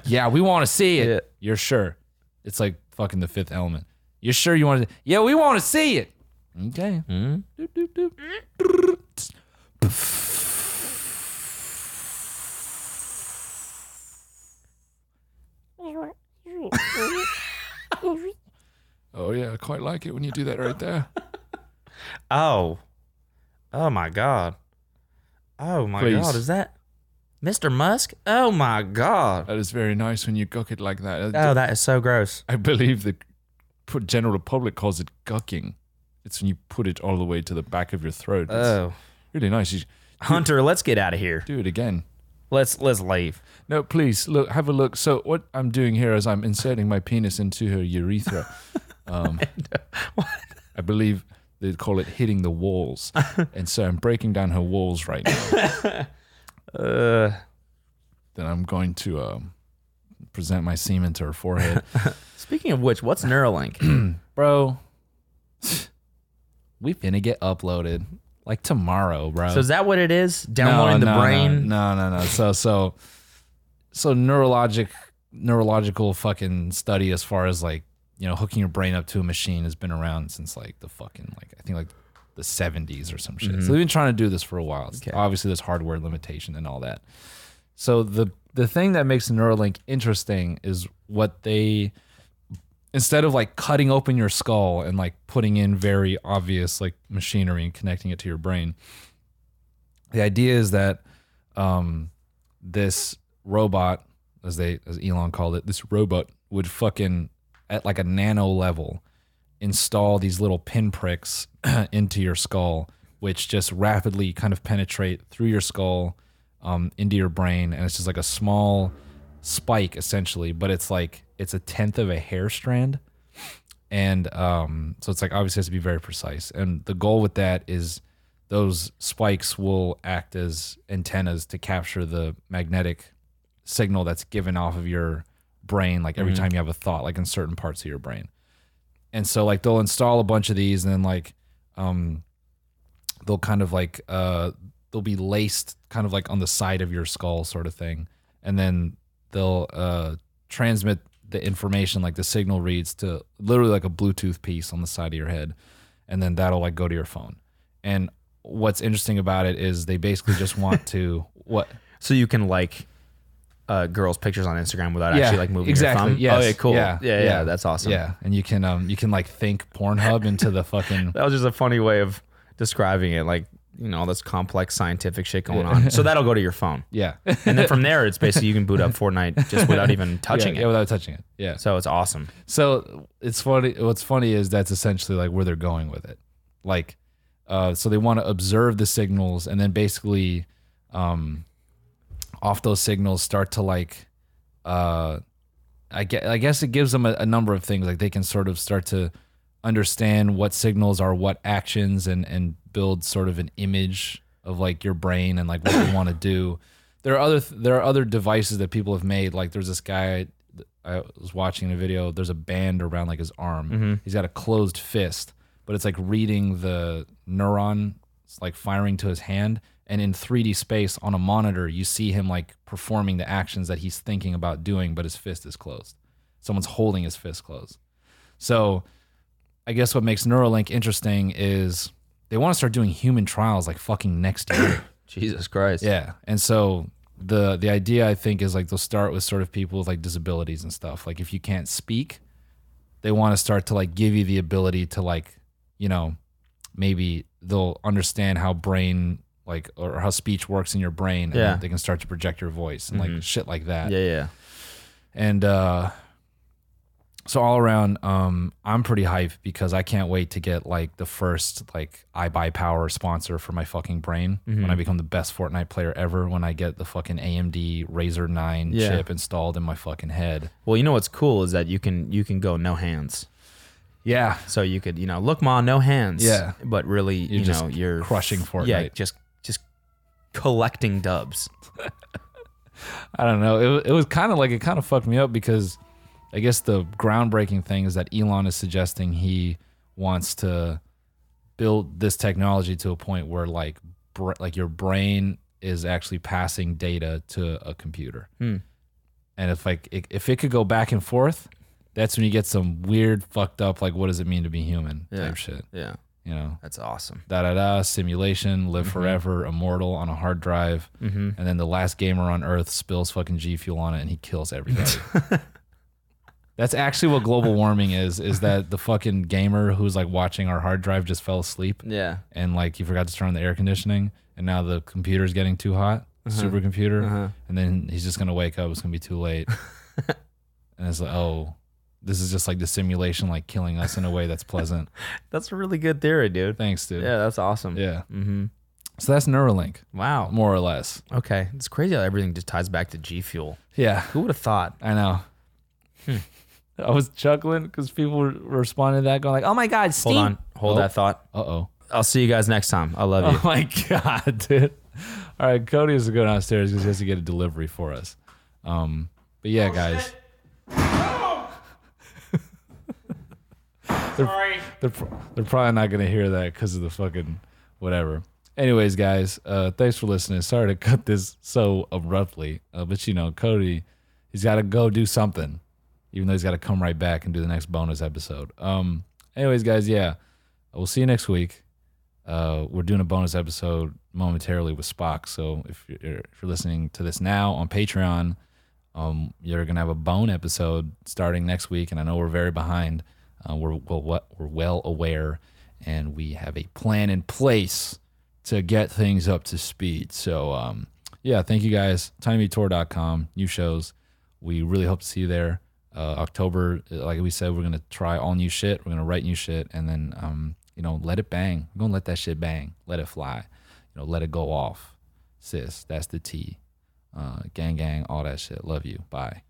[SPEAKER 5] Yeah, we want to see it.
[SPEAKER 2] Yeah.
[SPEAKER 5] You're sure? It's like fucking the fifth element. You're sure you want to? Yeah, we want to see it. Okay. Doop, doop, doop. Oh yeah, I quite like it when you do that right there.
[SPEAKER 2] oh. Oh my God. Oh my
[SPEAKER 5] Please.
[SPEAKER 2] God, is that Mr. Musk? Oh my God.
[SPEAKER 5] That is very nice when you guck it like that.
[SPEAKER 2] Oh, that is so gross.
[SPEAKER 5] I believe the p- general public calls it gucking. It's when you put it all the way to the back of your throat. It's
[SPEAKER 2] Oh.
[SPEAKER 5] really nice. You should
[SPEAKER 2] Hunter, let's get out of here.
[SPEAKER 5] do it again.
[SPEAKER 2] Let's let's leave.
[SPEAKER 5] No, please look. Have a look. So what I'm doing here is I'm inserting my penis into her urethra. Um, I believe they call it hitting the walls, and so I'm breaking down her walls right now.
[SPEAKER 2] Uh,
[SPEAKER 5] then I'm going to um, present my semen to her forehead.
[SPEAKER 2] Speaking of which, what's Neuralink?
[SPEAKER 5] bro, we finna get uploaded like tomorrow, bro.
[SPEAKER 2] so is that what it is? Downloading the brain?
[SPEAKER 5] No, no, no. So so so neurologic neurological fucking study as far as like, you know, hooking your brain up to a machine has been around since like the fucking like I think like the 70s or some shit.
[SPEAKER 2] Mm-hmm.
[SPEAKER 5] So they've been trying to do this for a while. It's- Obviously there's hardware limitation and all that. So the the thing that makes Neuralink interesting is what they instead of like cutting open your skull and like putting in very obvious like machinery and connecting it to your brain, the idea is that um, this robot, as they as Elon called it, this robot would fucking at like a nano level install these little pinpricks into your skull, which just rapidly kind of penetrate through your skull um, into your brain, and it's just like a small spike essentially, but it's like it's a tenth of a hair strand and um, so it's like obviously it has to be very precise. And the goal with that is those spikes will act as antennas to capture the magnetic signal that's given off of your brain, like every time you have a thought, like in certain parts of your brain. And so like they'll install a bunch of these, and then like um, they'll kind of like uh, they'll be laced kind of like on the side of your skull, sort of thing, and then they'll uh, transmit the information like the signal reads to literally like a bluetooth piece on the side of your head and then that'll like go to your phone and what's interesting about it is they basically just want to what
[SPEAKER 2] So you can like uh, girls' pictures on Instagram without
[SPEAKER 5] Yeah,
[SPEAKER 2] actually like moving
[SPEAKER 5] exactly,
[SPEAKER 2] your thumb?
[SPEAKER 5] yes,
[SPEAKER 2] Oh, yeah, cool.
[SPEAKER 5] yeah,
[SPEAKER 2] Yeah, yeah,
[SPEAKER 5] yeah.
[SPEAKER 2] that's awesome.
[SPEAKER 5] yeah and you can um you can like think pornhub into the fucking
[SPEAKER 2] That was just a funny way of describing it. Like, you know, all this complex scientific shit going on. So that'll go to your phone.
[SPEAKER 5] yeah
[SPEAKER 2] And then from there, it's basically you can boot up Fortnite just without even touching
[SPEAKER 5] yeah,
[SPEAKER 2] it.
[SPEAKER 5] yeah without touching it yeah
[SPEAKER 2] So it's awesome.
[SPEAKER 5] So it's funny. What's funny is that's essentially like where they're going with it. Like, uh, so they want to observe the signals and then basically, um, off those signals start to like, uh, I guess, I guess it gives them a, a number of things. Like they can sort of start to understand what signals are what actions and and build sort of an image of like your brain and like what you want to do. There are other there are other devices that people have made. Like there's this guy I was watching a video. There's a band around like his arm. He's got a closed fist, but it's like reading the neuron, it's like firing to his hand. And in 3D space on a monitor, you see him like performing the actions that he's thinking about doing, but his fist is closed. Someone's holding his fist closed. So I guess what makes Neuralink interesting is they want to start doing human trials like fucking next year.
[SPEAKER 2] Jesus Christ.
[SPEAKER 5] Yeah, and so the the idea I think is like they'll start with sort of people with like disabilities and stuff. Like if you can't speak, they want to start to like give you the ability to like you know maybe they'll understand how brain like or how speech works in your brain. And
[SPEAKER 2] Yeah.
[SPEAKER 5] they can start to project your voice and like shit like that
[SPEAKER 2] Yeah, yeah.
[SPEAKER 5] and uh so all around um i'm pretty hyped because i can't wait to get like the first like i buy power sponsor for my fucking brain when i become the best fortnite player ever when i get the fucking amd razor 9
[SPEAKER 2] Yeah.
[SPEAKER 5] chip installed in my fucking head
[SPEAKER 2] Well, you know what's cool is that you can you can go no hands.
[SPEAKER 5] yeah
[SPEAKER 2] So you could, you know, look, ma, no hands.
[SPEAKER 5] Yeah.
[SPEAKER 2] But really, you
[SPEAKER 5] just
[SPEAKER 2] know, you're
[SPEAKER 5] crushing
[SPEAKER 2] Yeah,
[SPEAKER 5] Fortnite.
[SPEAKER 2] just just collecting dubs.
[SPEAKER 5] i don't know it, wa- it was kind of like it kind of fucked me up because i guess the groundbreaking thing is that elon is suggesting he wants to build this technology to a point where like br- like your brain is actually passing data to a computer. And if like i- if it could go back and forth, that's when you get some weird fucked up like what does it mean to be human
[SPEAKER 2] Yeah.
[SPEAKER 5] type shit,
[SPEAKER 2] Yeah,
[SPEAKER 5] you know.
[SPEAKER 2] that's awesome.
[SPEAKER 5] Da da da, simulation, live forever, immortal on a hard drive, and then the last gamer on Earth spills fucking G fuel on it, and he kills everybody. That's actually what global warming is. Is that the fucking gamer who's like watching our hard drive just fell asleep,
[SPEAKER 2] Yeah.
[SPEAKER 5] and like you forgot to turn on the air conditioning, and now the computer's getting too hot, supercomputer,
[SPEAKER 2] Uh-huh.
[SPEAKER 5] and then he's just gonna wake up. It's gonna be too late, and it's like, oh, this is just like the simulation, like killing us in a way that's pleasant.
[SPEAKER 2] That's a really good theory, dude.
[SPEAKER 5] Thanks, dude.
[SPEAKER 2] Yeah, that's awesome.
[SPEAKER 5] Yeah.
[SPEAKER 2] Mm-hmm.
[SPEAKER 5] So that's Neuralink,
[SPEAKER 2] Wow.
[SPEAKER 5] more or less.
[SPEAKER 2] Okay. It's crazy how everything just ties back to G Fuel.
[SPEAKER 5] Yeah,
[SPEAKER 2] Who would have thought?
[SPEAKER 5] I know. Hmm. I was chuckling because people were responding to that, going like, "Oh my god, Steam!"
[SPEAKER 2] Hold on. Hold
[SPEAKER 5] Oh.
[SPEAKER 2] that thought.
[SPEAKER 5] Uh oh.
[SPEAKER 2] I'll see you guys next time. I love you.
[SPEAKER 5] Oh my god, dude! All right, Cody has to go downstairs because he has to get a delivery for us. Um, but yeah, guys,
[SPEAKER 3] Sorry.
[SPEAKER 5] They're, pro- they're probably not going to hear that because of the fucking whatever. Anyways, guys, uh, thanks for listening. Sorry to cut this so abruptly, uh, but you know, Cody, he's got to go do something, even though he's got to come right back and do the next bonus episode. Um, anyways, guys, yeah, we'll see you next week. Uh, we're doing a bonus episode momentarily with Spock, so if you're, if you're listening to this now on Patreon, um, you're gonna have a bone episode starting next week, and I know we're very behind. Uh, we're well, what we're well aware, and we have a plan in place to get things up to speed. So, um, yeah, thank you guys. TinyMeTour.com, new shows. We really hope to see you there. Uh, October, like we said, we're gonna try all new shit. We're gonna write new shit, and then um, you know, let it bang. We're gonna let that shit bang. Let it fly. You know, let it go off. Sis, that's the T. Uh, gang, gang, all that shit. Love you. Bye.